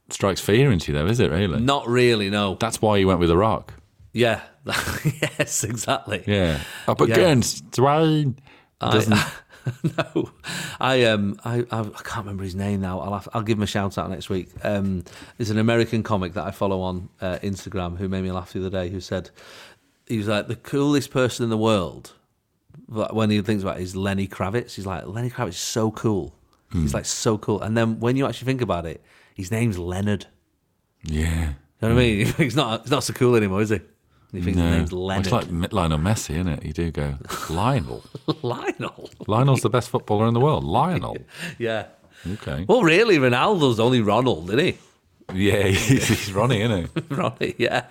Speaker 4: strikes fear into you, though, is it, really?
Speaker 3: Not really, no.
Speaker 4: That's why you went with The Rock.
Speaker 3: Yeah. yes, exactly.
Speaker 4: Yeah. Up
Speaker 3: Yeah.
Speaker 4: against Dwayne. Doesn't,
Speaker 3: no, I um, I, I I can't remember his name now. I'll have, I'll give him a shout out next week. Um, there's an American comic that I follow on uh, Instagram who made me laugh the other day. Who said he was like the coolest person in the world. But when he thinks about it, is Lenny Kravitz. He's like Lenny Kravitz is so cool.
Speaker 4: Hmm.
Speaker 3: He's like so cool. And then when you actually think about it, his name's Leonard.
Speaker 4: yeah.
Speaker 3: You know what I mean? He's not he's not so cool anymore, is he? And he thinks his name's
Speaker 4: Hmm. Well,
Speaker 3: Leonard.
Speaker 4: It's like M- Lionel Messi, isn't it? You do go, Lionel.
Speaker 3: Lionel.
Speaker 4: Lionel's the best footballer in the world. Lionel.
Speaker 3: yeah.
Speaker 4: Okay.
Speaker 3: Well, really, Ronaldo's only Ronald, isn't he?
Speaker 4: Yeah, he's, he's Ronnie, isn't he?
Speaker 3: Ronnie, yeah.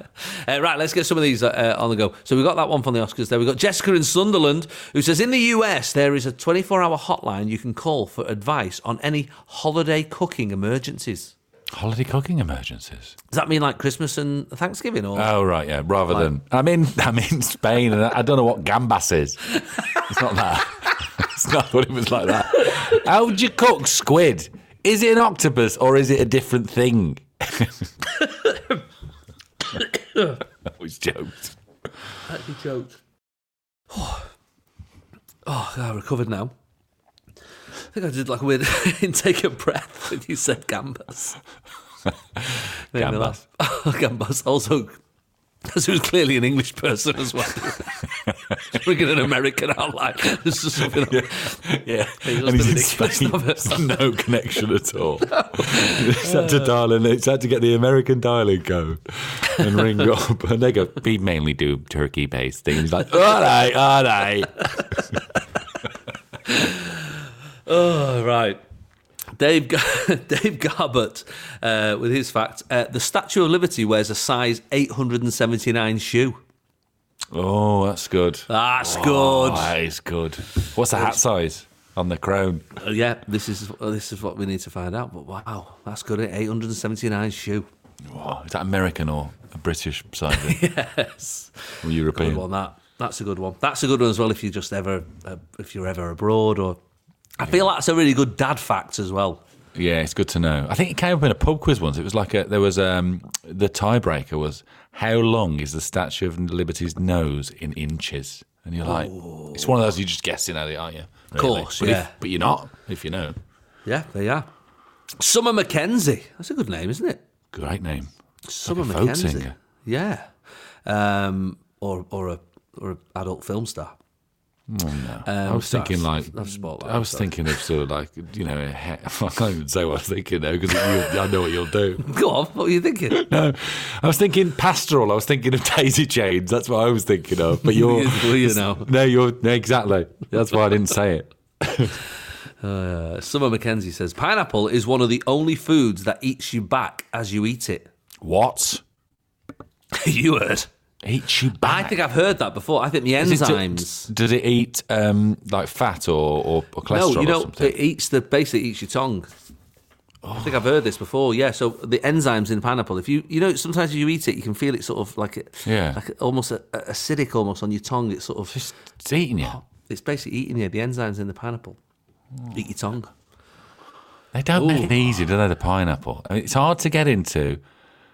Speaker 3: Uh, right, let's get some of these uh, uh, on the go. So we've got that one from the Oscars there. We've got Jessica in Sunderland who says In the US, there is a 24 hour hotline you can call for advice on any holiday cooking emergencies.
Speaker 4: Holiday cooking emergencies.
Speaker 3: Does that mean like Christmas and Thanksgiving? Or
Speaker 4: Oh right, yeah. Rather than I'm in, I'm in Spain, and I I don't know what gambas is. It's not that. it's not what it was like that. How would you cook squid? Is it an octopus or is it a different thing? I was joked.
Speaker 3: he joked. Oh, God, I recovered now. I think I did like a weird intake of breath when you said gambas. Made me laugh. Oh, gambas. Also, because it was clearly an English person as well. Bringing an American out like this is something.
Speaker 4: Yeah,
Speaker 3: It was
Speaker 4: and he's
Speaker 3: the
Speaker 4: in
Speaker 3: ridiculous
Speaker 4: Spain.
Speaker 3: of it.
Speaker 4: There's no connection at all. He's had to dial in. He's had to get the American dialing code and ring up. And they go, "We mainly do turkey-based things." He's like, "All right, all right."
Speaker 3: Oh, right. Dave, Gar- Dave Garbett, uh, with his fact, uh, the Statue of Liberty wears a size 879 shoe.
Speaker 4: Oh, that's good.
Speaker 3: That's
Speaker 4: Oh,
Speaker 3: good.
Speaker 4: that is good. What's the hat size on the crown?
Speaker 3: Uh, yeah, this is uh, this is what we need to find out. But wow, that's good. eh? 879 shoe.
Speaker 4: Wow, is that American or a British size? yes. Or
Speaker 3: Good
Speaker 4: European?
Speaker 3: one that. That's a good one. That's a good one as well. If you just ever, uh, if you're ever abroad, or I feel that's a really good dad fact as well.
Speaker 4: Yeah, it's good to know. I think it came up in a pub quiz once. It was like a, there was um, the tiebreaker was how long is the Statue of Liberty's nose in inches? And you're like, it's one of those you're just guessing at it, aren't you? Of
Speaker 3: course,
Speaker 4: but
Speaker 3: yeah.
Speaker 4: If, but you're not if you know.
Speaker 3: Yeah, they are. Summer Mackenzie. That's a good name, isn't it?
Speaker 4: Great name.
Speaker 3: Summer
Speaker 4: Like a folk
Speaker 3: Mackenzie.
Speaker 4: singer.
Speaker 3: Yeah. Um, or or a or an adult film star.
Speaker 4: I was
Speaker 3: sorry,
Speaker 4: thinking
Speaker 3: I've-
Speaker 4: like
Speaker 3: I've spoiled that,
Speaker 4: I was
Speaker 3: sorry.
Speaker 4: thinking of sort of like you know he- I can't even say what I was thinking now because I know what you'll do.
Speaker 3: Go on. What were you thinking?
Speaker 4: No, I was thinking pastoral. I was thinking of daisy chains. That's what I was thinking of. But you're,
Speaker 3: Well, you know.
Speaker 4: no, you're no, exactly. That's why I didn't say it.
Speaker 3: Uh, Summer Mackenzie says pineapple is one of the only foods that eats you back as you eat it.
Speaker 4: What?
Speaker 3: you heard.
Speaker 4: Eat you
Speaker 3: I
Speaker 4: back?
Speaker 3: think I've heard that before. I think the
Speaker 4: Is it-
Speaker 3: enzymes.
Speaker 4: Does it eat um, like fat or, or, or
Speaker 3: No,
Speaker 4: cholesterol
Speaker 3: you know,
Speaker 4: or something?
Speaker 3: it eats the basically eats your tongue. I think I've heard this before. Yeah, so the enzymes in pineapple. If you you know, sometimes you eat it, you can feel it sort of like it,
Speaker 4: Yeah.
Speaker 3: like almost a, a- acidic, almost on your tongue. It's sort of
Speaker 4: It's, it's eating you.
Speaker 3: it's basically eating you. The enzymes in the pineapple eat your tongue.
Speaker 4: They don't make
Speaker 3: Ooh.
Speaker 4: it easy, do they? The pineapple. I mean, it's hard to get into.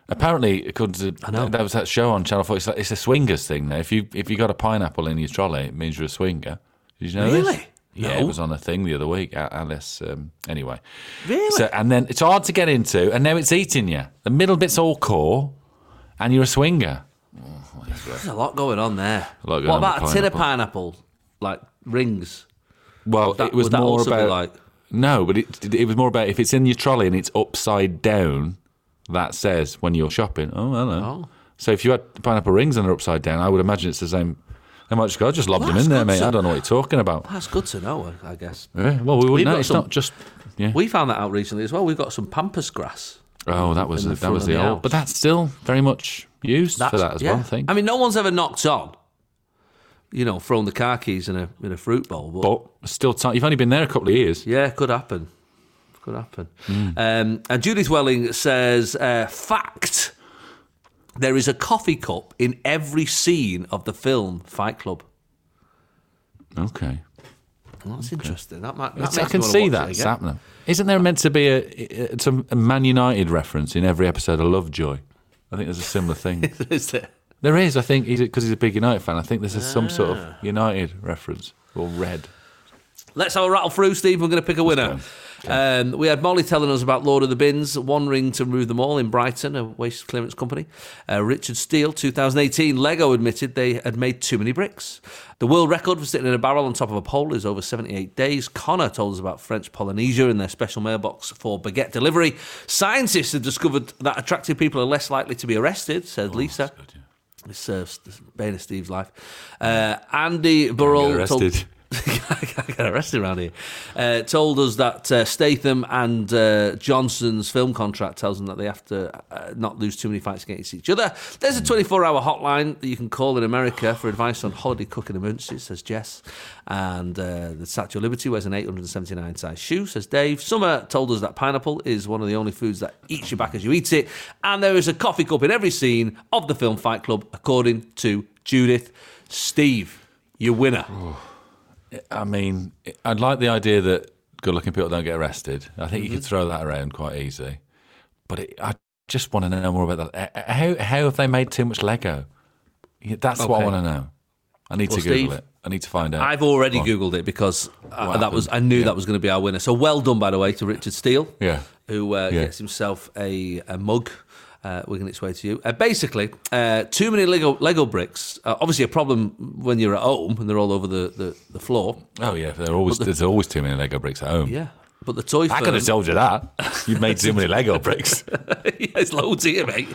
Speaker 4: Apparently, according to
Speaker 3: know.
Speaker 4: that was that show on Channel Four. It's, like, it's a swingers thing. Now, if you if you got a pineapple in your trolley, it means you're a swinger. Did you know this?
Speaker 3: Really?
Speaker 4: Yeah,
Speaker 3: No.
Speaker 4: it was on a thing the other week. A- Alice. Um, anyway.
Speaker 3: Really?
Speaker 4: So and then it's hard to get into, and now it's eating you. The middle bit's all core, and you're a swinger.
Speaker 3: There's a lot going on there.
Speaker 4: A lot going
Speaker 3: what
Speaker 4: on with
Speaker 3: about a tin of pineapple, like rings?
Speaker 4: Well,
Speaker 3: That-
Speaker 4: it was
Speaker 3: would that
Speaker 4: more
Speaker 3: also be
Speaker 4: about
Speaker 3: like-
Speaker 4: no, but it it was more about if it's in your trolley and it's upside down. That says when you're shopping, oh hello.
Speaker 3: Oh.
Speaker 4: So if you had pineapple rings and they're upside down, I would imagine it's the same. They might just go, I just lobbed them in
Speaker 3: That's
Speaker 4: there,
Speaker 3: good
Speaker 4: mate.
Speaker 3: to-
Speaker 4: I don't know what you're talking about.
Speaker 3: That's good to know, I I guess.
Speaker 4: Yeah, well, we wouldn't
Speaker 3: We've
Speaker 4: know.
Speaker 3: got
Speaker 4: It's
Speaker 3: some-
Speaker 4: not just yeah.
Speaker 3: We found that out recently as well. We've got some pampas grass.
Speaker 4: oh, that was
Speaker 3: in the
Speaker 4: that
Speaker 3: front
Speaker 4: was
Speaker 3: of
Speaker 4: the,
Speaker 3: the house.
Speaker 4: old, but that's still very much used for that as
Speaker 3: yeah.
Speaker 4: well. I think.
Speaker 3: I mean, no one's ever knocked on, you know, thrown the car keys in a in a fruit bowl. But,
Speaker 4: but still, ti you've only been there a couple of years.
Speaker 3: yeah, could happen. Could happen.
Speaker 4: Hmm.
Speaker 3: Um, and Judith Welling says, uh, "Fact: There is a coffee cup in every scene of the film Fight Club."
Speaker 4: Okay.
Speaker 3: Well, that's interesting. That might. That
Speaker 4: It's-
Speaker 3: makes
Speaker 4: I can
Speaker 3: me wanna
Speaker 4: see
Speaker 3: watch
Speaker 4: that
Speaker 3: it
Speaker 4: it's
Speaker 3: again.
Speaker 4: happening. Isn't there meant to be a, a, some- a Man United reference in every episode of Lovejoy? I think there's a similar thing.
Speaker 3: Is it?
Speaker 4: there is, I think, because he's a big United fan. I think there's a, some sort
Speaker 3: Ah.
Speaker 4: of United reference or red.
Speaker 3: Let's have a rattle through, Steve. We're going to pick a winner. Um, we had Molly telling us about Lord of the Bins, One Ring to Remove Them All in Brighton, a waste clearance company. Uh, Richard Steele, 2018, Lego admitted they had made too many bricks. The world record for sitting in a barrel on top of a pole is over 78 days. Connor told us about French Polynesia and their special mailbox for baguette delivery. Scientists have discovered that attractive people are less likely to be arrested, said Lisa. This serves this is Bane of Steve's life. Uh, Andy Burrell
Speaker 4: arrested.
Speaker 3: I got arrested around here. Uh, told us that uh, Statham and uh, Johnson's film contract tells them that they have to uh, not lose too many fights against each other. There's a 24 hour hotline that you can call in America for advice on holiday cooking emergencies, says Jess. And uh, the Statue of Liberty wears an 879 size shoe, says Dave. Summer told us that pineapple is one of the only foods that eats you back as you eat it. And there is a coffee cup in every scene of the film Fight Club, according to Judith. Steve, your winner.
Speaker 4: I mean, I'd like the idea that good-looking people don't get arrested. I
Speaker 3: Mm-hmm.
Speaker 4: think you could throw that around quite easily. But it, I just want to know more about that. Uh, uh, How how have they made too much Lego? Yeah, That's what
Speaker 3: Okay.
Speaker 4: I want to know. I need
Speaker 3: Well,
Speaker 4: to Google
Speaker 3: Steve,
Speaker 4: it. I need to find out.
Speaker 3: I've already
Speaker 4: Go on.
Speaker 3: googled it because uh,
Speaker 4: What
Speaker 3: that was I
Speaker 4: happened?
Speaker 3: knew
Speaker 4: Yeah.
Speaker 3: that was going to be our winner. So well done, by the way, to Richard Steele,
Speaker 4: Yeah.
Speaker 3: who uh,
Speaker 4: Yeah.
Speaker 3: gets himself a, a mug. Uh, wigging its way to you. Uh, basically, uh, too many Lego Lego bricks. Uh, obviously, a problem when you're at home and they're all over the, the, the floor.
Speaker 4: Oh yeah, there are always there's always too many Lego bricks at home.
Speaker 3: Yeah, but the toy.
Speaker 4: I
Speaker 3: firm-
Speaker 4: could have told you that. You've made too many Lego bricks.
Speaker 3: yeah, it's loads here, mate.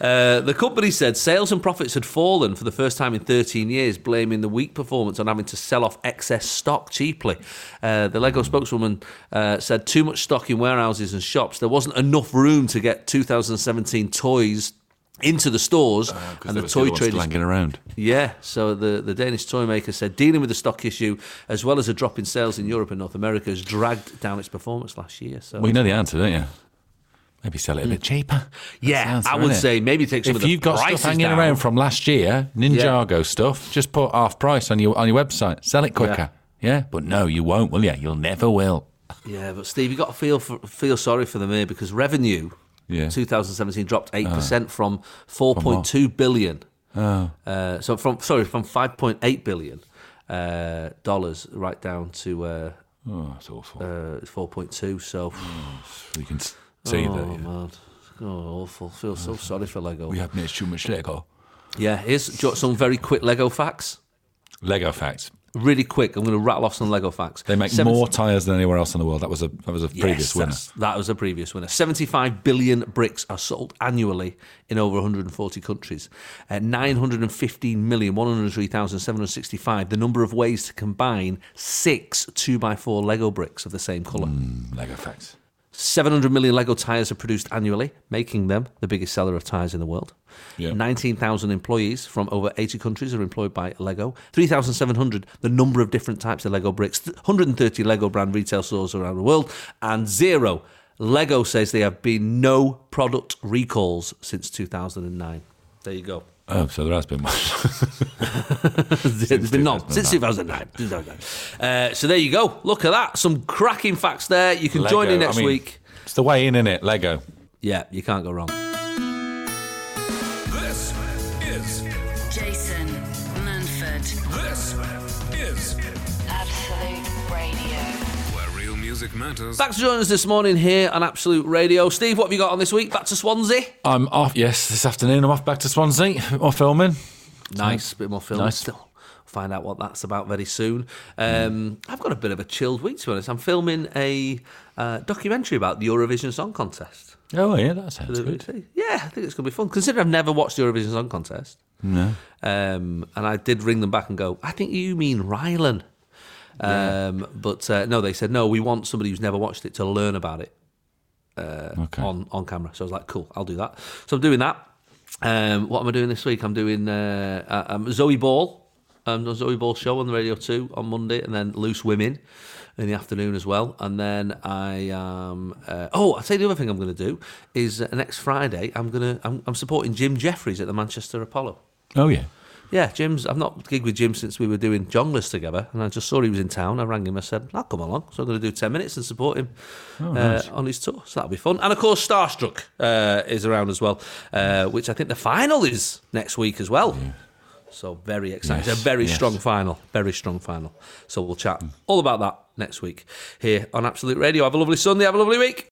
Speaker 3: Uh, the company said sales and profits had fallen for the first time in 13 years, blaming the weak performance on having to sell off excess stock cheaply. Uh, the Lego spokeswoman uh, said too much stock in warehouses and shops. There wasn't enough room to get 2017 toys into the stores, and the toy trade is
Speaker 4: hanging around.
Speaker 3: yeah, so the, the Danish toy maker said dealing with the stock issue as well as a drop in sales in Europe and North America has dragged down its performance last year. So
Speaker 4: Well, you know the answer, don't you? Maybe sell it a bit cheaper.
Speaker 3: Mm. Yeah,
Speaker 4: Sounds
Speaker 3: I
Speaker 4: fair,
Speaker 3: would
Speaker 4: innit?
Speaker 3: say maybe take some
Speaker 4: if
Speaker 3: of the
Speaker 4: you've got stuff
Speaker 3: prices
Speaker 4: hanging
Speaker 3: down.
Speaker 4: around from last year, Ninjago stuff, just put half price on your on your website. Sell it quicker. Yeah, but no, you won't, will you? You'll never will.
Speaker 3: Yeah, but Steve, you got to feel for, feel sorry for them here because revenue,
Speaker 4: Yeah.
Speaker 3: 2017 dropped eight percent Oh. from 4.2 billion. Uh, so from sorry from 5.8 billion uh, dollars right down to uh,
Speaker 4: Oh, that's awful.
Speaker 3: uh, 4.2. So
Speaker 4: you can s- see
Speaker 3: oh
Speaker 4: that. yeah.
Speaker 3: man, oh awful. Feel so sorry for Lego.
Speaker 4: We have made too much Lego.
Speaker 3: Yeah, here's ju- some very quick Lego facts.
Speaker 4: Lego facts.
Speaker 3: Really quick, I'm going to rattle off some Lego facts.
Speaker 4: They make
Speaker 3: Seven-
Speaker 4: more tires than anywhere else in the world. That was a that was a previous winner.
Speaker 3: that's- That was a previous winner. 75 billion bricks are sold annually in over 140 countries. Uh, 915,103,765, the number of ways to combine six 2x4 Lego bricks of the same colour.
Speaker 4: Lego facts.
Speaker 3: 700 million Lego tyres are produced annually, making them the biggest seller of tyres in the world.
Speaker 4: Yeah.
Speaker 3: 19,000 employees from over 80 countries are employed by Lego. 3,700, the number of different types of Lego bricks. Th- 130 Lego brand retail stores around the world. And zero. Lego says there have been no product recalls since 2009. There you go.
Speaker 4: Oh, so there has been one.
Speaker 3: There's been none since 2009. 2009. Uh, so there you go. Look at that. Some cracking facts there. You can join
Speaker 4: Lego,
Speaker 3: in next
Speaker 4: I mean,
Speaker 3: week.
Speaker 4: It's the way in, innit? Lego.
Speaker 3: Yeah, you can't go wrong.
Speaker 2: This is
Speaker 1: Jason Manford.
Speaker 2: this is
Speaker 1: Absolute Radio.
Speaker 2: where real music matters.
Speaker 3: Thanks for joining us this morning here on Absolute Radio. Steve, what have you got on this week? Back to Swansea.
Speaker 4: I'm off. Yes, this afternoon I'm off back to Swansea. More filming.
Speaker 3: Nice, bit more film.
Speaker 4: Nice.
Speaker 3: Still find out what that's about very soon. Um, I've got a bit of a chilled week to be honest. I'm filming a uh, documentary about the Eurovision Song Contest.
Speaker 4: Oh yeah, that sounds good.
Speaker 3: Yeah, I think it's going to be fun. Considering I've never watched the Eurovision Song Contest.
Speaker 4: No.
Speaker 3: Um, and I did ring them back and go, I think you mean Rylan. Um, But uh, no, they said, no, we want somebody who's never watched it to learn about it.
Speaker 4: Okay.
Speaker 3: on, on camera. So I was like, cool, I'll do that. So I'm doing that. Um, what am I doing this week? I'm doing uh, uh, um, Zoe Ball. Um, the Zoe Ball show on the Radio 2 on Monday, and then Loose Women in the afternoon as well. And then I um, uh, oh, I'll tell you the other thing I'm going to do is uh, next Friday, I'm going to, I'm, I'm supporting Jim Jeffries at the Manchester Apollo.
Speaker 4: Oh yeah.
Speaker 3: Yeah, Jim's. I've not gigged with Jim since we were doing Jonglers together, and I just saw he was in town. I rang him. I said, "I'll come along." So I'm going to do ten minutes and support him uh, on his tour. So that'll be fun. And of course, Starstruck uh, is around as well, uh, which I think the final is next week as well. So very exciting.
Speaker 4: Yes,
Speaker 3: It's a very
Speaker 4: yes.
Speaker 3: strong final. Very strong final. So we'll chat all about that next week here on Absolute Radio. Have a lovely Sunday. Have a lovely week.